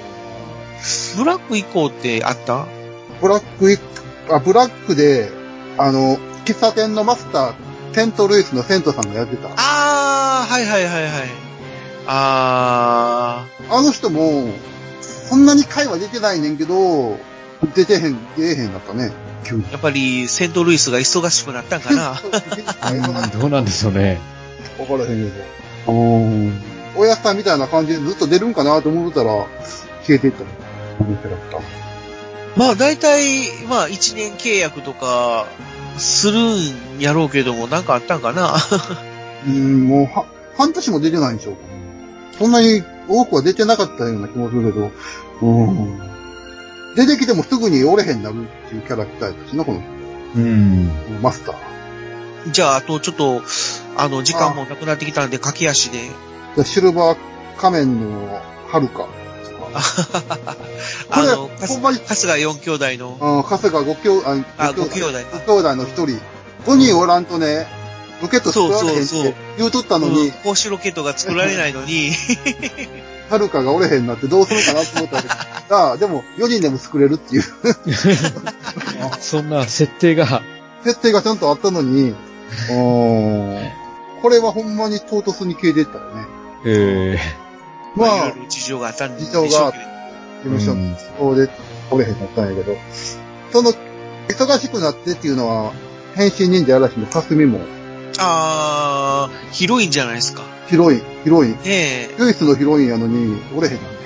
C: ブラック以降ってあった
B: ブラックイあ、ブラックで、あの、喫茶店のマスター、セントルイスのセントさんがやってた。
C: あー、はいはいはいはい。あ
B: あの人も、そんなに会話出てないねんけど、出てへん、出えへんだ ったね、急に。
C: ー、。やっぱりセントルイスが忙しくなったんかな
B: 会話
D: うんどうなんでしょうね。
B: 分からへんけど。うん。おやすさんみたいな感じでずっと出るんかなと思ってたら、消えていった。思ってなかった。
C: まあ大体、まあ1年契約とか、するんやろうけども、なんかあったんかな
B: うん、もう、は、半年も出てないんでしょうかね。そんなに多くは出てなかったような気もするけど、うん。出てきてもすぐに折れへんなるっていうキャラクターやしな、この
D: うん。
B: マスター。
C: じゃあ、あとちょっと、あの、時間もなくなってきたんで、駆け足で。
B: でシルバー仮面の遥か。
C: あの、
B: これ
C: かす
B: ほんまに
C: 春日四兄弟の、
B: あー春日五兄弟、
C: あ、
B: 五
C: 五兄弟
B: 五
C: か。
B: 兄弟の一人。五人おらんとね、ロケット作られへんっ
C: そうそうそ
B: て
C: う
B: 言うとったの
C: うん
B: に、
C: 公式ロケットが作られない のに、
B: はるかが折れへんなってどうするかなと思ったけど ああ、でも4人でも作れるっていう
D: そんな設定が、
B: 設定がちゃんとあったのに、うーんこれはほんまに唐突に消えていったよね。
D: え
B: ま
C: まあ、い
B: あ
C: ろいろ事情があったんで
B: 事
C: しょ
B: 情
C: うけど
B: が。事務所の都合で折れへんなったんやけど、その、忙しくなってっていうのは、変身忍者嵐の霞も、
C: あー、広いんじゃないですか。
B: ヒロイン、ヒロイン、
C: ね
B: 唯一のヒロインやのに折れへんなんで。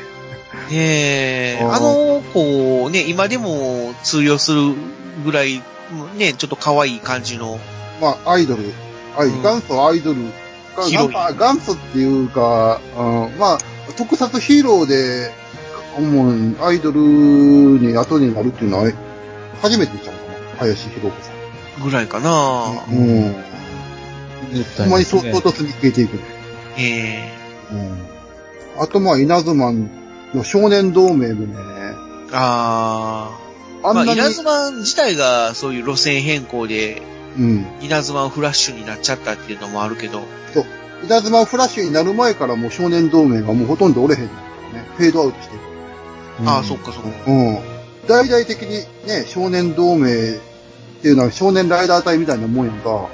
C: え、ねえ、
B: あー
C: あの子、ね、今でも通用するぐらい、ね、ちょっと可愛い感じの、
B: まあ、アイドル、アイ
C: うん
B: 元祖アイドルが、
C: ヒロイン
B: なんか元祖っていうか、うんまあ、特撮ヒーローで、主にアイドルに後になるっていうのは、初めてちゃうかな。林博子さん。
C: ぐらいかな、
B: うん。
D: 絶
B: ほ
D: 対
B: んま
D: で
B: に
D: す
B: そう
D: ね
B: 唐突に消えていく。
C: ええ
B: うん。あと、まあ、稲妻の少年同盟もね、
C: ああ。
B: あん
C: ま
B: な
C: あ、
B: に、
C: 稲妻自体がそういう路線変更で、
B: うん。
C: 稲妻フラッシュになっちゃったっていうのもあるけど、
B: 稲妻フラッシュになる前からもう少年同盟がもうほとんど折れへんからね。フェードアウトしてる。
C: ああ、そっかそっか。
B: うん。大々的にね、少年同盟っていうのは少年ライダー隊みたいなもんやんか。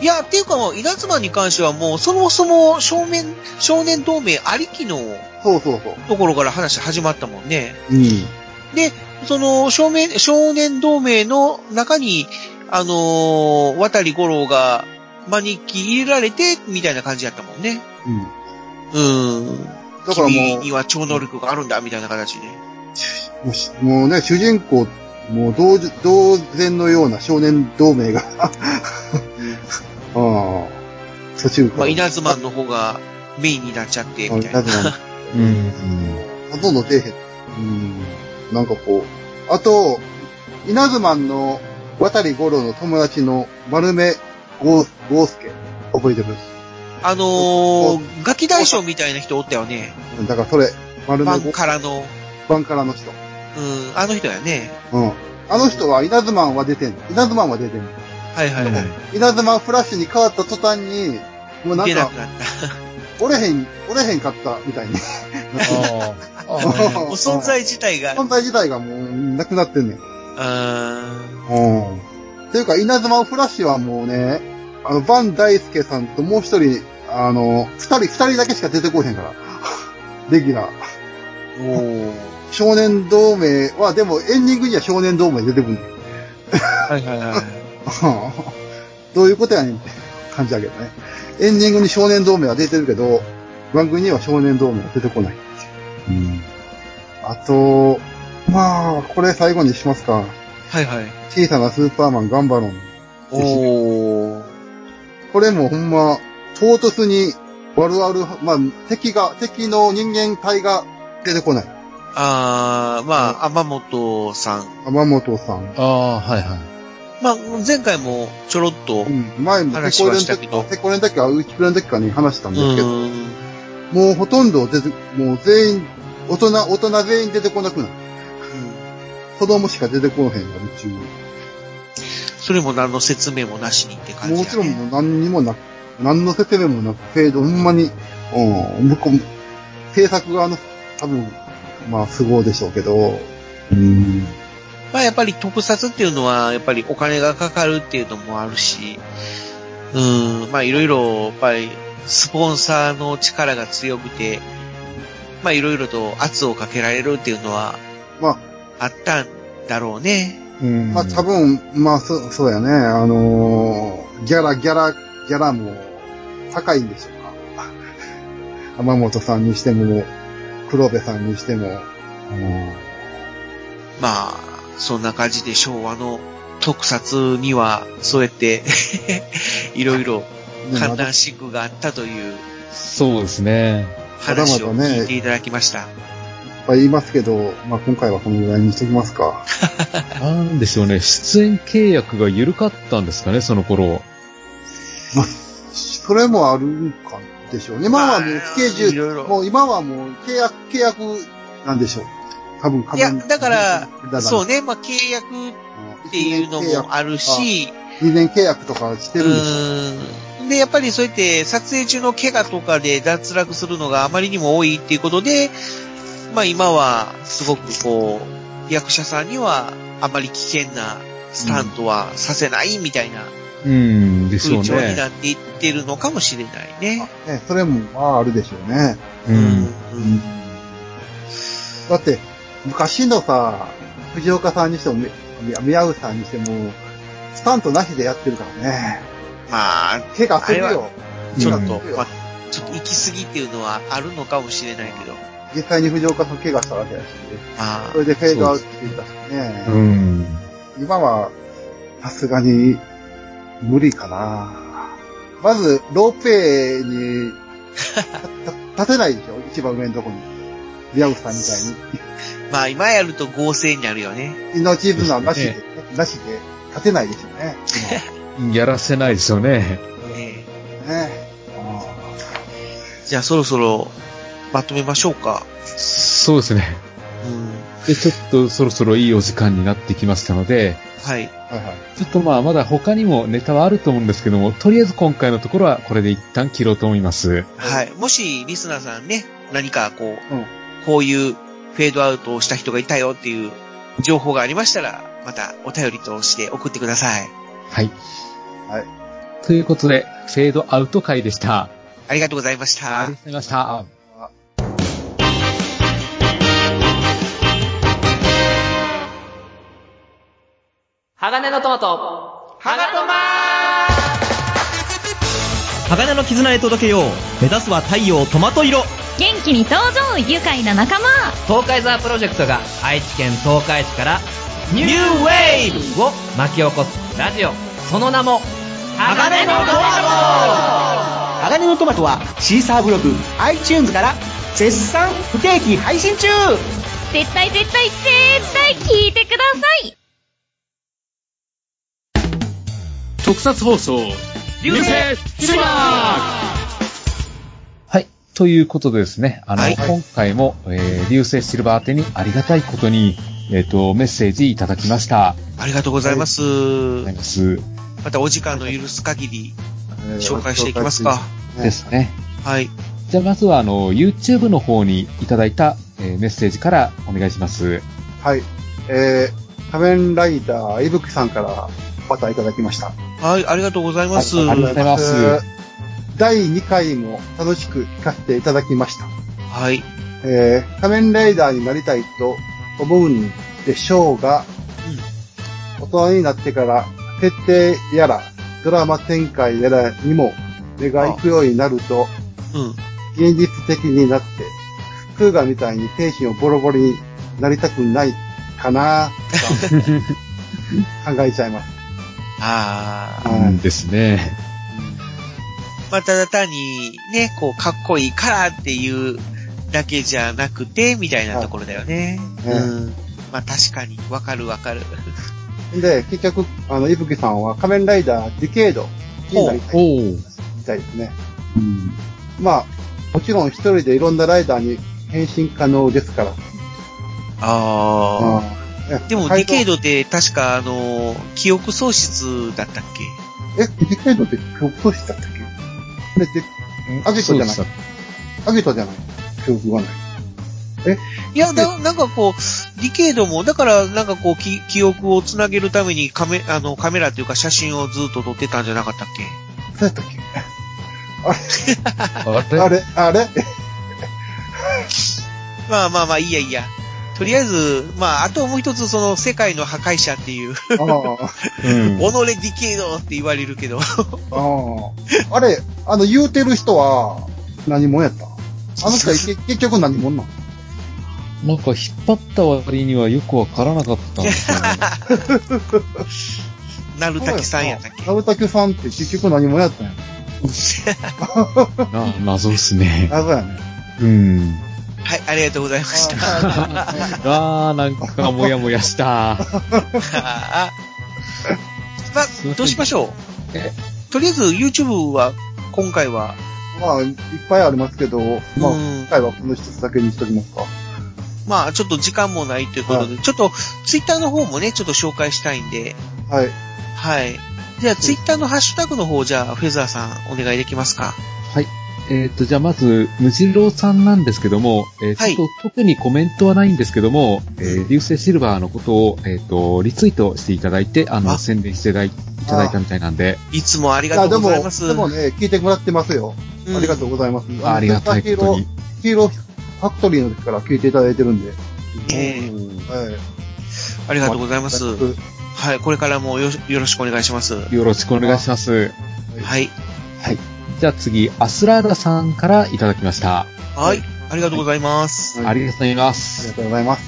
C: いや、っていうかもう、稲妻に関してはもう、そもそも少年、少年同盟ありきの
B: そうそうそう。
C: ところから話始まったもんね。
B: うん。
C: で、その、少年、少年同盟の中に、あのー渡り五郎が、招き入れられて、みたいな感じだったもんね。
B: うん。
C: うーん。
B: だから
C: 君
B: も
C: には超能力があるんだ、みたいな形で。
B: う、もうしもうね、主人公、もう同時同然のような少年同盟が、あ あ、途中から。
C: まあ、稲妻の方がメインになっちゃって、
B: あ
C: みたいな。
B: 稲 妻
D: うん。
B: ほとんど出えへん。うん。なんかこう。あと、稲妻の渡り五郎の友達の丸目ゴーゴースケ。覚えてる
C: あのー、ガキ大将みたいな人おったよね。
B: うんだからそれ、丸目
C: マ
B: ゴー
C: ンからの。
B: 版からの人。
C: うん、あの人やね。
B: うん。あの人は稲妻は出てん。稲妻は出てん。
C: はいはいはい。
B: 稲妻フラッシュに変わった途端に、もうなん
C: 出な
B: か
C: く、なっ
B: 折れへん、折れへんかったみたいに。
D: ああ。あ
C: た。
D: あ
C: もう存在自 体が、う
B: 存在自体がもうなくなってんねん。
C: ーん。
B: うん。っていうか、稲妻フラッシュはもうね、あの、バン大介さんともう一人、あの、二人、二人だけしか出てこへんから。 レギュラー。
C: おー。
B: 少年同盟は、でもエンディングには少年同盟出てくんねん。
C: はいはいはい。
B: どういうことやねんって感じだけどね。エンディングに少年同盟は出てるけど、番組には少年同盟は出てこない。
D: うん。
B: あと、まあ、これ最後にしますか。
C: はいはい。
B: 小さなスーパーマンガンバロン。
C: おー。
B: これもほんま、唐突に、ワルワル、まあ、敵が、敵の人間体が出てこない。
C: あー、まあ、天本さん。
B: 天本さん。
D: ああ、はいはい。
C: まあ、前回もちょろっと、
B: う、
C: うん
B: 前も、
C: 話はしたけ
B: 時
C: ど
B: か、テコレの時か、ウキプレの時かに話したんですけど、
C: ーん。
B: もうほとんど出て、もう全員、大人、大人全員出てこなくなる。
C: うん
B: 子供しか出てこへんが、宇宙。
C: それも何の説明もなしにって感じ、ね。
B: もちろんもう何にもなく、何の説明もなく、フェード、ほんまに、うん、向こう、制作側の、多分、まあ、都合でしょうけど、うん、
C: まあやっぱり特撮っていうのは、やっぱりお金がかかるっていうのもあるし、うーん、まあいろいろ、やっぱり、スポンサーの力が強くて、まあいろいろと圧をかけられるっていうのは
B: まあ、
C: あったんだろうね。
D: うん
B: まあ多分、まあそ、そうやね。あのーギャラ、ギャラ、ギャラも高いんでしょうか。 天本さんにしても、黒部さんにしても、あの
C: まあ、そんな感じで昭和の特撮には、そうやって、 いろいろ
B: ー
C: 観覧シックがあったという
D: そうですね。
C: 話を
B: まだまだね
C: 聞いていただきました。
B: いっぱい言いますけど、まあ今回はこのぐらいにしときますか。
D: なんでしょうね。出演契約が緩かったんですかね、その頃。
B: それもあるんかでしょうね。今はもうスケジュ
C: い
B: ー
C: ろいろ
B: ル、もう今はもう契約、契約なんでしょう。多分、
C: いや、だから、そう
B: ね。
C: ね、まあ契約
B: っ
C: っていうのもあるし、
B: 2年契約とかして
C: う
B: るんでしょ
C: ーん。で、やっぱりそうやって撮影中の怪我とかで脱落するのがあまりにも多いっていうことで、まあ今はすごくこう、役者さんにはあまり危険なスタントはさせないみたいな
D: うん、でしょ
C: 風
D: う
C: 潮に
D: ね。
C: なっていってるのかもしれないね。
B: ね、それも、まあ、あるでしょうね。
D: う。
C: うんん。
B: だって、昔のさ、藤岡さんにしても、みみ宮内さんにしても、スタントなしでやってるからね。
C: まあ、
B: 怪我する
C: あれ
B: よ
C: は。ちょっ
B: う
C: と、
B: ん
C: まあ、ちょっと行き過ぎっていうのはあるのかもしれないけど、
B: 実際に藤岡さん怪我したわけだし、
C: まあ
B: そ、れでフェードアウトしていたしね。
D: うん。
B: 今は、さすがに、無理かな。まず、ロープウェイに、た立てないでしょ一番上のとこに。リアウさんみた
C: まあ今やると合成になるよね。
B: いに、命綱なしで、なしで勝てないですよね。
D: やらせないですよね。
C: ね
B: 今ね。あ
C: じゃあそろそろまとめましょうか。
D: そうですね。
C: うん。
D: で、ちょっとそろそろいいお時間になってきましたので、
C: はい。
B: あはいはい。
D: ちょっとまあまだ他にもネタはあると思うんですけども、とりあえず今回のところはこれで一旦切ろうと思います。
C: はい。もしリスナーさんね、何かこう、
B: うん
C: こういうフェードアウトをした人がいたよっていう情報がありましたら、またお便りとして送ってください。
D: はい。
B: はい。
D: ということで、フェードアウト会でした。
C: ありがとうございました。
D: ありがとうございました。
A: 鋼のトマト。鋼トマ
I: 鋼の絆へ届けよう目指すは太陽トマト色
J: 元気に登場愉快な仲間
I: 東海ザープロジェクトが愛知県東海市からニューウェーブを巻き起こすラジオその名も鋼のトマ
K: 鋼のトマトはシーサーブログ iTunes から絶賛不定期配信中
J: 絶対絶対絶対聞いてください
G: 特撮放送、流星シルバー
D: はい。ということでですね、あの、
C: はい
D: 今回も、えー、流星シルバー宛てにありがたいことに、えっ、と、メッセージいただきました。あ
C: ありがとうございます。
D: りがとうございます。
C: またお時間の許す限り
B: えー
C: 紹介していきますか。。
B: ね
D: ですね。
C: はい。
D: じゃあまずは、あの、YouTube の方にいただいた、えーメッセージからお願いします。
B: はい。えー、仮面ライダー、いぶきさんからバターいただきました。
C: はい、ありがとうございます。
D: あ
C: は
D: り
C: い。
D: がとうございます
B: 第2回も楽しく聞かせていただきました。
C: はい。
B: えー、仮面ライダーになりたいと思うんでしょうが、大人になってから、設定やら、ドラマ展開やらにも目が行くようになると、
C: うん。
B: 現実的になって、クーガみたいに精神をボロボロになりたくないかな、とか考えちゃいます。
C: ああ。
B: は
D: うん
B: い
D: ですね。
C: まあ、ただ単に、ね、こう、かっこいいからっていうだけじゃなくて、みたいなところだよね。
B: はい
C: うん。まあ、確かに、わかるわかる。
B: で、結局、あの、いぶきさんは仮面ライダーディケードになりたい
D: おー
B: みたいですね。まあ、もちろん一人でいろんなライダーに変身可能ですから。
C: ああ。
B: うん
C: でも、
B: カ
C: デ
B: イ
C: ィケードって確か、あの、記憶喪失だったっけ
B: え、ディケードって記憶喪失だったっけあれで、アギト
D: そう
B: じ
D: で
B: ゃない
D: した。
B: アギトじゃない記憶がない。
C: いや、だ、なんかこう、ディケードも、だから、なんかこう、き記憶をつなげるためにカメ、あの、カメラというか写真をずっと撮ってたんじゃなかったっけ
B: そうやったっけ
D: あ
B: あ
D: れ
B: れあ れ
C: まあまあまあ、いいやいいや。とりあえず、まあ、あともう一つ、その、世界の破壊者っていう、
B: ああ、
D: うん
C: 己ディケードって言われるけど、
B: あ あ。あれ、あの、言うてる人は、何者やったあの人 はけ結局何者なの
D: なんか引っ張った割にはよくわからなかったんですよ ね。
C: なるたきさんやったっけ
B: ナルタキさんって結局何者やったんや。
D: な謎ですね。
B: 謎や ね。
D: うん。
C: はい、ありがとうございました。
D: あー、なんかもやもや した。
C: あー まあ、どうしましょうとりあえず YouTube は、今回は、
B: まあ、いっぱいありますけど、まあ、
C: うん
B: 今回はこの一つだけにしときますか。
C: まあ、ちょっと時間もないということで、ちょっと Twitter の方もね、ちょっと紹介したいんで、
B: はい。
C: はい。じゃあ Twitter のハッシュタグの方、じゃあフェザーさんお願いできますか
D: はい。えっ、と、じゃあまず、無次郎さんなんですけども、えー
C: はい
D: ちょっと特にコメントはないんですけども、えー流星シルバーのことを、えっ、と、リツイートしていただいて、あの、
C: あ
D: 宣伝していただいいただいたみたいなんで、
C: いつもあり
B: い
C: が
B: や、
C: と
B: で
C: う
B: も、
C: ございます。
B: でもね、聞いてもらってますよ。
C: うん
B: ありがとうございます。
D: ありがたいことに。
B: 黄色ファクトリーの時から聞いていただいてるんで。
C: ええ
B: はい。
C: ありがとうございます。はい、これからもよよろしくお願いします。は
D: よろしくお願いします。
C: い。
D: はい。じゃあ次、アスラーダさんからいただきました。
C: はい、ありがとうございます。
B: はい
D: ありがとうございま
B: あり
D: す
B: が。とうございます。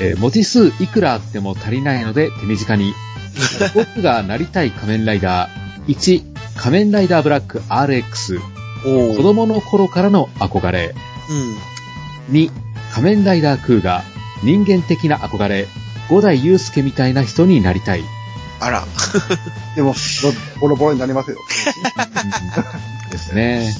D: えー文字数いくらあっても足りないので手短に。僕がなりたい仮面ライダー。1、仮面ライダーブラック RX。
C: お
D: 子供の頃からの憧れ。
C: うん。
D: 2、仮面ライダークーガー、人間的な憧れ、五代祐介みたいな人になりたい。
H: あら。
B: でも、ボロボロになりますよ。
D: ですね。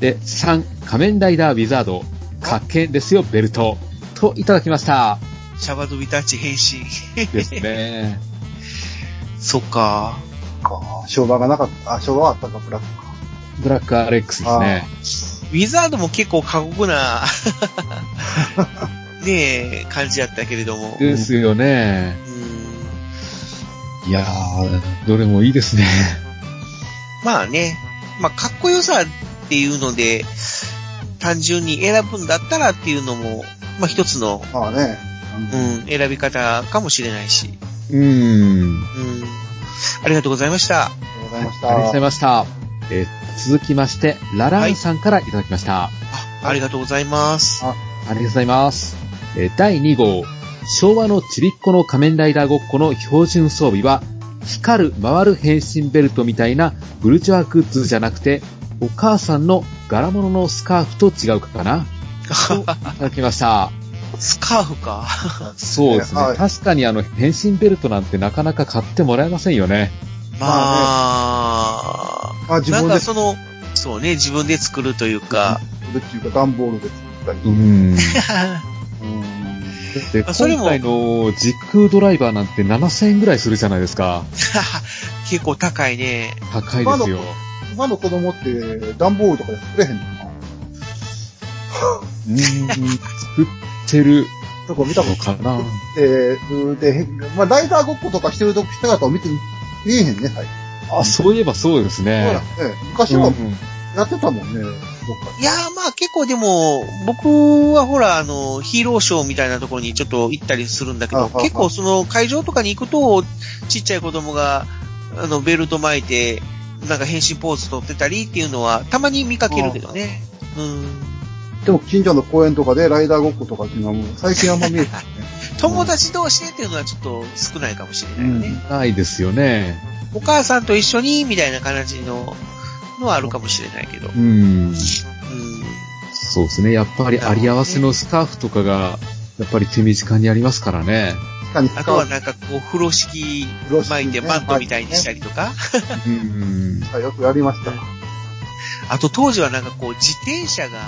D: で、3、仮面ライダーウィザード、かっけえですよ、ベルト。と、いただきました。
C: シャバドゥビタッチ変身。
D: ですね。
C: そっか。
B: か昭和がなかった。あ、昭和はあったか、ブラックか。
D: ブラックアレックスですね。
C: ウィザードも結構過酷 な、ねえ、感じやったけれども。
D: ですよね。
C: うん
D: いやー、どれもいいですね。
C: まあね、まあかっこよさっていうので、単純に選ぶんだったらっていうのも、まあ一つの、
B: まあね。
C: うん、選び方かもしれないし。
D: うーん。
C: うん。ありがとうございました。
B: ありがとうございまし
D: ありがとうござい
B: た。
D: ました。えー続きまして、ラランさんからいただきました。
C: ありがとうございます。
D: ありがとうございます。えー第2号、昭和のちびっこの仮面ライダーごっこの標準装備は、光る回る変身ベルトみたいなブルジョアグッズじゃなくて、お母さんの柄物のスカーフと違うかなといただきました。
C: スカーフか。
D: そうですね。
B: はい
D: 確かにあの、変身ベルトなんてなかなか買ってもらえませんよね。
C: まあ、
B: まあ自
C: なん
B: 分
C: か
B: で
C: その、そうね、自分で作るというか、
B: 作るっていうか、段ボールで作ったり。う
D: ん。
B: ん。
D: で、
C: あそれ
D: 今
C: も
D: 回の時空ドライバーなんて7000円ぐらいするじゃないですか。
C: 結構高いね。
D: 高いですよ。
B: 今の子供って、段ボールとかで作れへんのかな
D: うーん、作ってる
B: とか見たこ
D: の
B: と
D: かな。
B: えー、で、まあ、ライダーごっことかしてる姿を見て、見えへんね、はい。
D: あ、そういえばそうです
B: そう
D: ね
B: だ。ね。昔
D: うん
B: は
D: うん
B: やってたもんね、どっか
C: いやーまあ結構でも、僕はほら、あの、ヒーローショーみたいなところにちょっと行ったりするんだけ
B: あ
C: ど、
B: はは
C: 結構その会場とかに行くと、ちっちゃい子供が、あの、ベルト巻いて、なんか変身ポーズ取ってたりっていうのは、たまに見かけるけどね。うん。
B: でも近所の公園とかでライダーごっことかっていうのはもう最近あんま見えてないね。
C: 友達同士でっていうのはちょっと少ないかもしれないよね。
D: ないですよね。
C: お母さんと一緒に、みたいな感じの、のはあるかもしれないけど。
D: う
C: うん。
D: ん。そうですね。やっぱりあり合わせのスカーフとかが、やっぱり手短にありますからね。
B: 確かに
C: あ
B: 使
C: と
B: う
C: はなんかこう、風呂敷
B: 風呂敷ね
C: 巻いてマントみたいにしたりとか。
D: うん。
B: よくやりました。
C: あと当時はなんかこう、自転車が、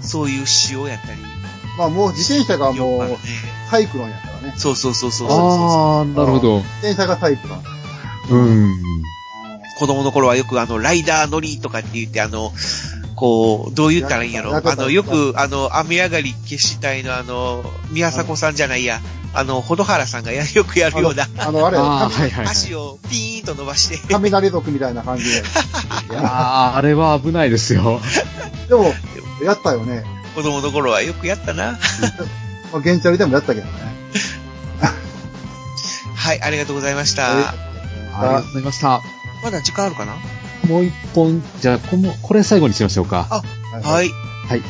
C: そういう仕様やったり。
B: まあもう自転車がも
C: よ
B: う
C: くあるね
B: サイクロンやからね。
C: そうそうそうそうそう
D: あー、なるほど。
B: 自転車がサイクロン。
D: うん。
C: 子供の頃はよくあの、ライダー乗りとかって言って、あの、こう、どう言ったらいいんやろ。
B: なんか
C: あの、よく、あの、雨上がり決死隊のあの、宮迫さんじゃないや、あの、ほどはらさんがやよくやるような、
B: あの、あれ、
D: あー、はいはいはい。
C: 足をピーンと伸ばして、
B: 雷族みたいな感じ で。
D: いやー、あれは危ないですよ。
B: でも、やったよね。
C: 子供の頃はよくやったな。
B: まあ、ゲンチャリでもやったけどね。。
C: はい、ありがとうございました。
D: ありがとうございました。
C: まだ時間あるかな
D: もう一本、じゃあ、このこれ最後にしましょうか。
C: はいい。
D: はい。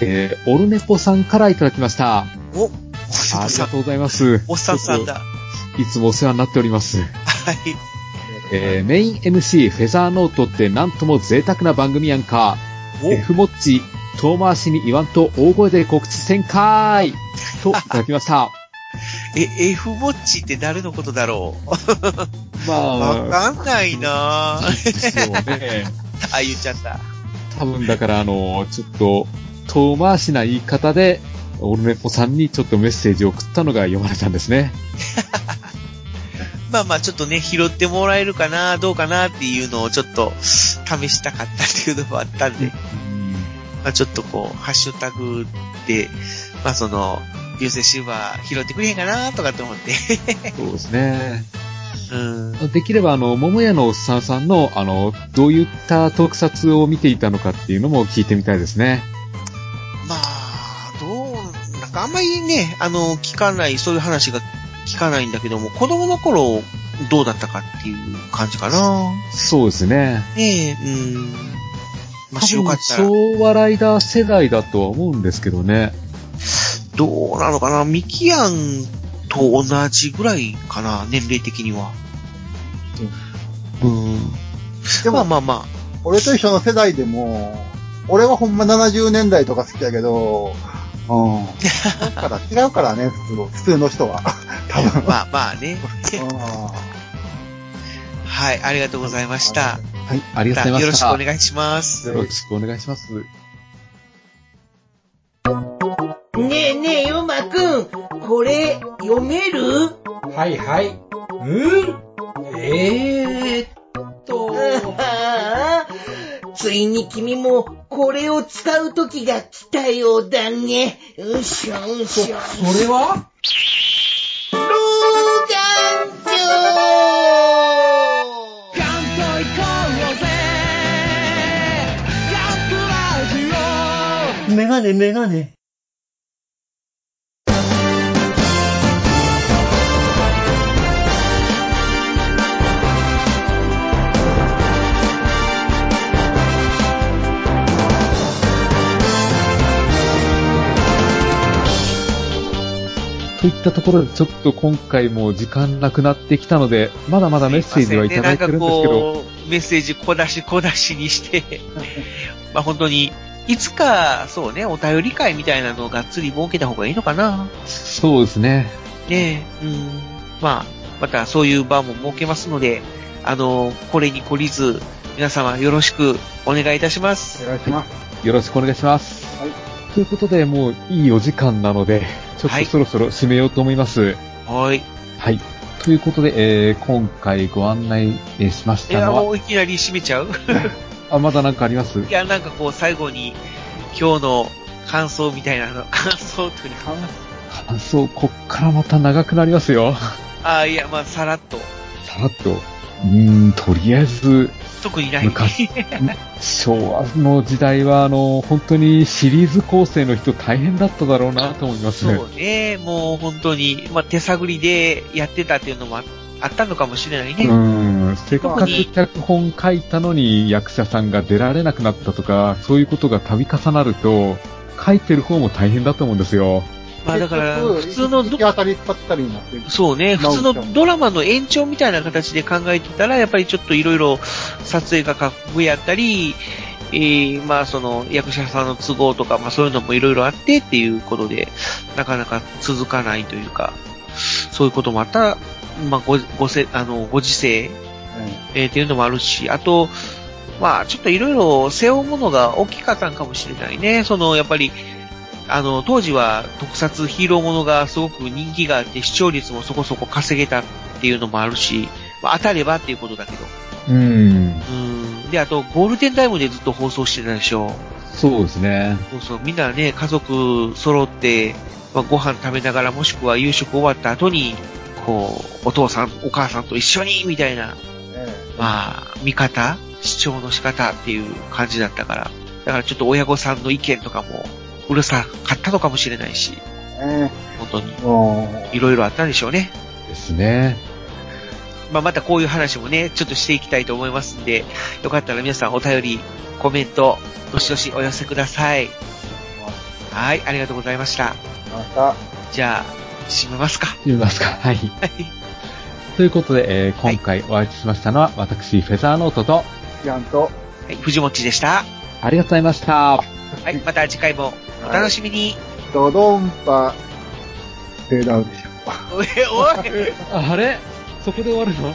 D: えー、オルネポさんからいただきました。
C: お、おっ
D: あ
C: さん
D: り
C: さ
D: が
C: ん
D: とうございます。
C: おっさんさんだ。。
D: いつもお世話になっております。
C: はい。
D: えー、メイン MC フェザーノートってなんとも贅沢な番組やんか。
C: お
D: F モッチ、遠回しに言わんと大声で告知せんかーいといただきま した。
C: え、F モッチって誰のことだろう
D: ま
C: わ
D: あ、
C: かんないなぁ。
D: ですよね。
C: あ、言っちゃった。
D: 多分だからあの、ちょっと、遠回しな言い方で、オルネポさんにちょっとメッセージを送ったのが読まれたんですね。
C: まあまあ、ちょっとね、拾ってもらえるかな、どうかなっていうのをちょっと試したかったっていうのもあったんで、まあちょっとこう、ハッシュタグで、まあその、流星シルバー拾ってくれへんかなとかって思って。
D: そうですね。
C: うん。
D: できれば、あの、桃屋のおっさんさんの、あの、どういった特撮を見ていたのかっていうのも聞いてみたいですね。
C: まあ、どう、なんかあんまりね、あの、聞かない、そういう話が聞かないんだけども、子供の頃、どうだったかっていう感じかな。
D: そうですね。
C: ねえ、うん。まあ、
D: 多
C: 白かっ
D: 分
C: たら。
D: 昭和ライダー世代だとは思うんですけどね。
C: どうなのかなミキアンと同じぐらいかな年齢的には。うん。
B: で
C: まあ
B: も、
C: まあま
B: 俺と一緒の世代でも、俺はほんま70年代とか好きやけど、うん。だから違うからね、普通の、普通の人は。多分。
C: まあまあね。
B: うん
C: はい、ありがとうございま した。
D: はい、ありがとうございました。
C: よろしくお願いします。
D: よろしくお願いします。
L: ねえねえ、ヨマくん、これ、読める
M: はいはい。うんえーっと、
L: ああ、 ついに君も、これを使う時が来たようだね。うしょうしょ。
M: それは
L: 老眼鏡
K: メガネメガネ。
D: といったところで、ちょっと今回も時間なくなってきたので、まだまだメッセージはいただいてるんですけど、
C: なんかこう、メッセージ小出し小出しにして、 まあ本当に、いつか、そうね、お便り会みたいなのをがっつり設けた方がいいのかな。
D: そうですね。
C: ねえ、うん。まあ、またそういう場も設けますので、あの、これに懲りず、皆様よろしくお願いいたします。
B: お願いします。
D: よろしくお願いします。
B: はい
D: ということで、もういいお時間なので、ちょっ
C: は
D: と
C: い
D: そろそろ締めようと思います。
C: はい。
D: はい。ということで、えー、今回ご案内えーしまし
C: い
D: た
C: や、
D: の
C: も
D: は、
C: ういきなり締めちゃう
D: あ、まだなんかあります
C: いや、なんかこう、最後に、今日の感想みたいなの、 感想というか、
D: 感想、こっからまた長くなりますよ。
C: ああ、いや、まあ、さらっと、
D: さらっと。うーん、とりあえず、
C: 特にない。
D: 昔昭和の時代は、あの、本当にシリーズ構成の人大変だっただろうなと思いますね。
C: そうね、もう本当に、まあ、手探りでやってたっていうのもああったのかもしれないね。
D: うん、せっかく脚本書いたのに役者さんが出られなくなったとか、そういうことが度重なると、書いてる方も大変だと思うんですよ。
C: まあだから、普通の
B: 行
C: ど
B: き、当たり引っ張ったりになってる。
C: そうね、
B: な
C: 普
B: お
C: 通のドラマの延長みたいな形で考えてたら、やっぱりちょっといろいろ撮影が格上やったり、えー、まあその役者さんの都合とか、まあそういうのもいろいろあってっていうことで、なかなか続かないというか、そういうこともあった、まあご、ごせ、あの、ご時世えーっていうのもあるし、あと、まあ、ちょっといろいろ背負うものが大きかったんかもしれないね。その、やっぱり、あの、当時は特撮ヒーローものがすごく人気があって、視聴率もそこそこ稼げたっていうのもあるし、まあ、当たればっていうことだけど。
D: うん、
C: うん。で、あと、ゴールデンタイムでずっと放送してたでしょ。
D: そうですね。
C: そうそう、みんなね、家族揃って、まあ、ご飯食べながらもしくは夕食終わった後に、こう、お父さん、お母さんと一緒に、みたいな、まあ、見方、視聴の仕方っていう感じだったから、だからちょっと親御さんの意見とかも、うるさかったのかもしれないし、
B: え
C: 本当に、
B: えも
C: いろいろあったんでしょうね。
D: ですね。
C: まあ、またこういう話もね、ちょっとしていきたいと思いますんで、よかったら皆さんお便り、コメント、どしどしお寄せください。はい、ありがとうございました。
B: う、また、
C: じゃあ、締めますか。
D: 見ますか。はい。ということで、えー今回お会いしましたのは、私、フェザーノートと、
B: ちゃんと、
C: はい、藤本でした。
D: ありがとうございました。
C: はい、また次回もお楽しみに。
B: ドドンパ、フェードアウトでしょ。
C: おい、おい、
D: あれそこで終わるの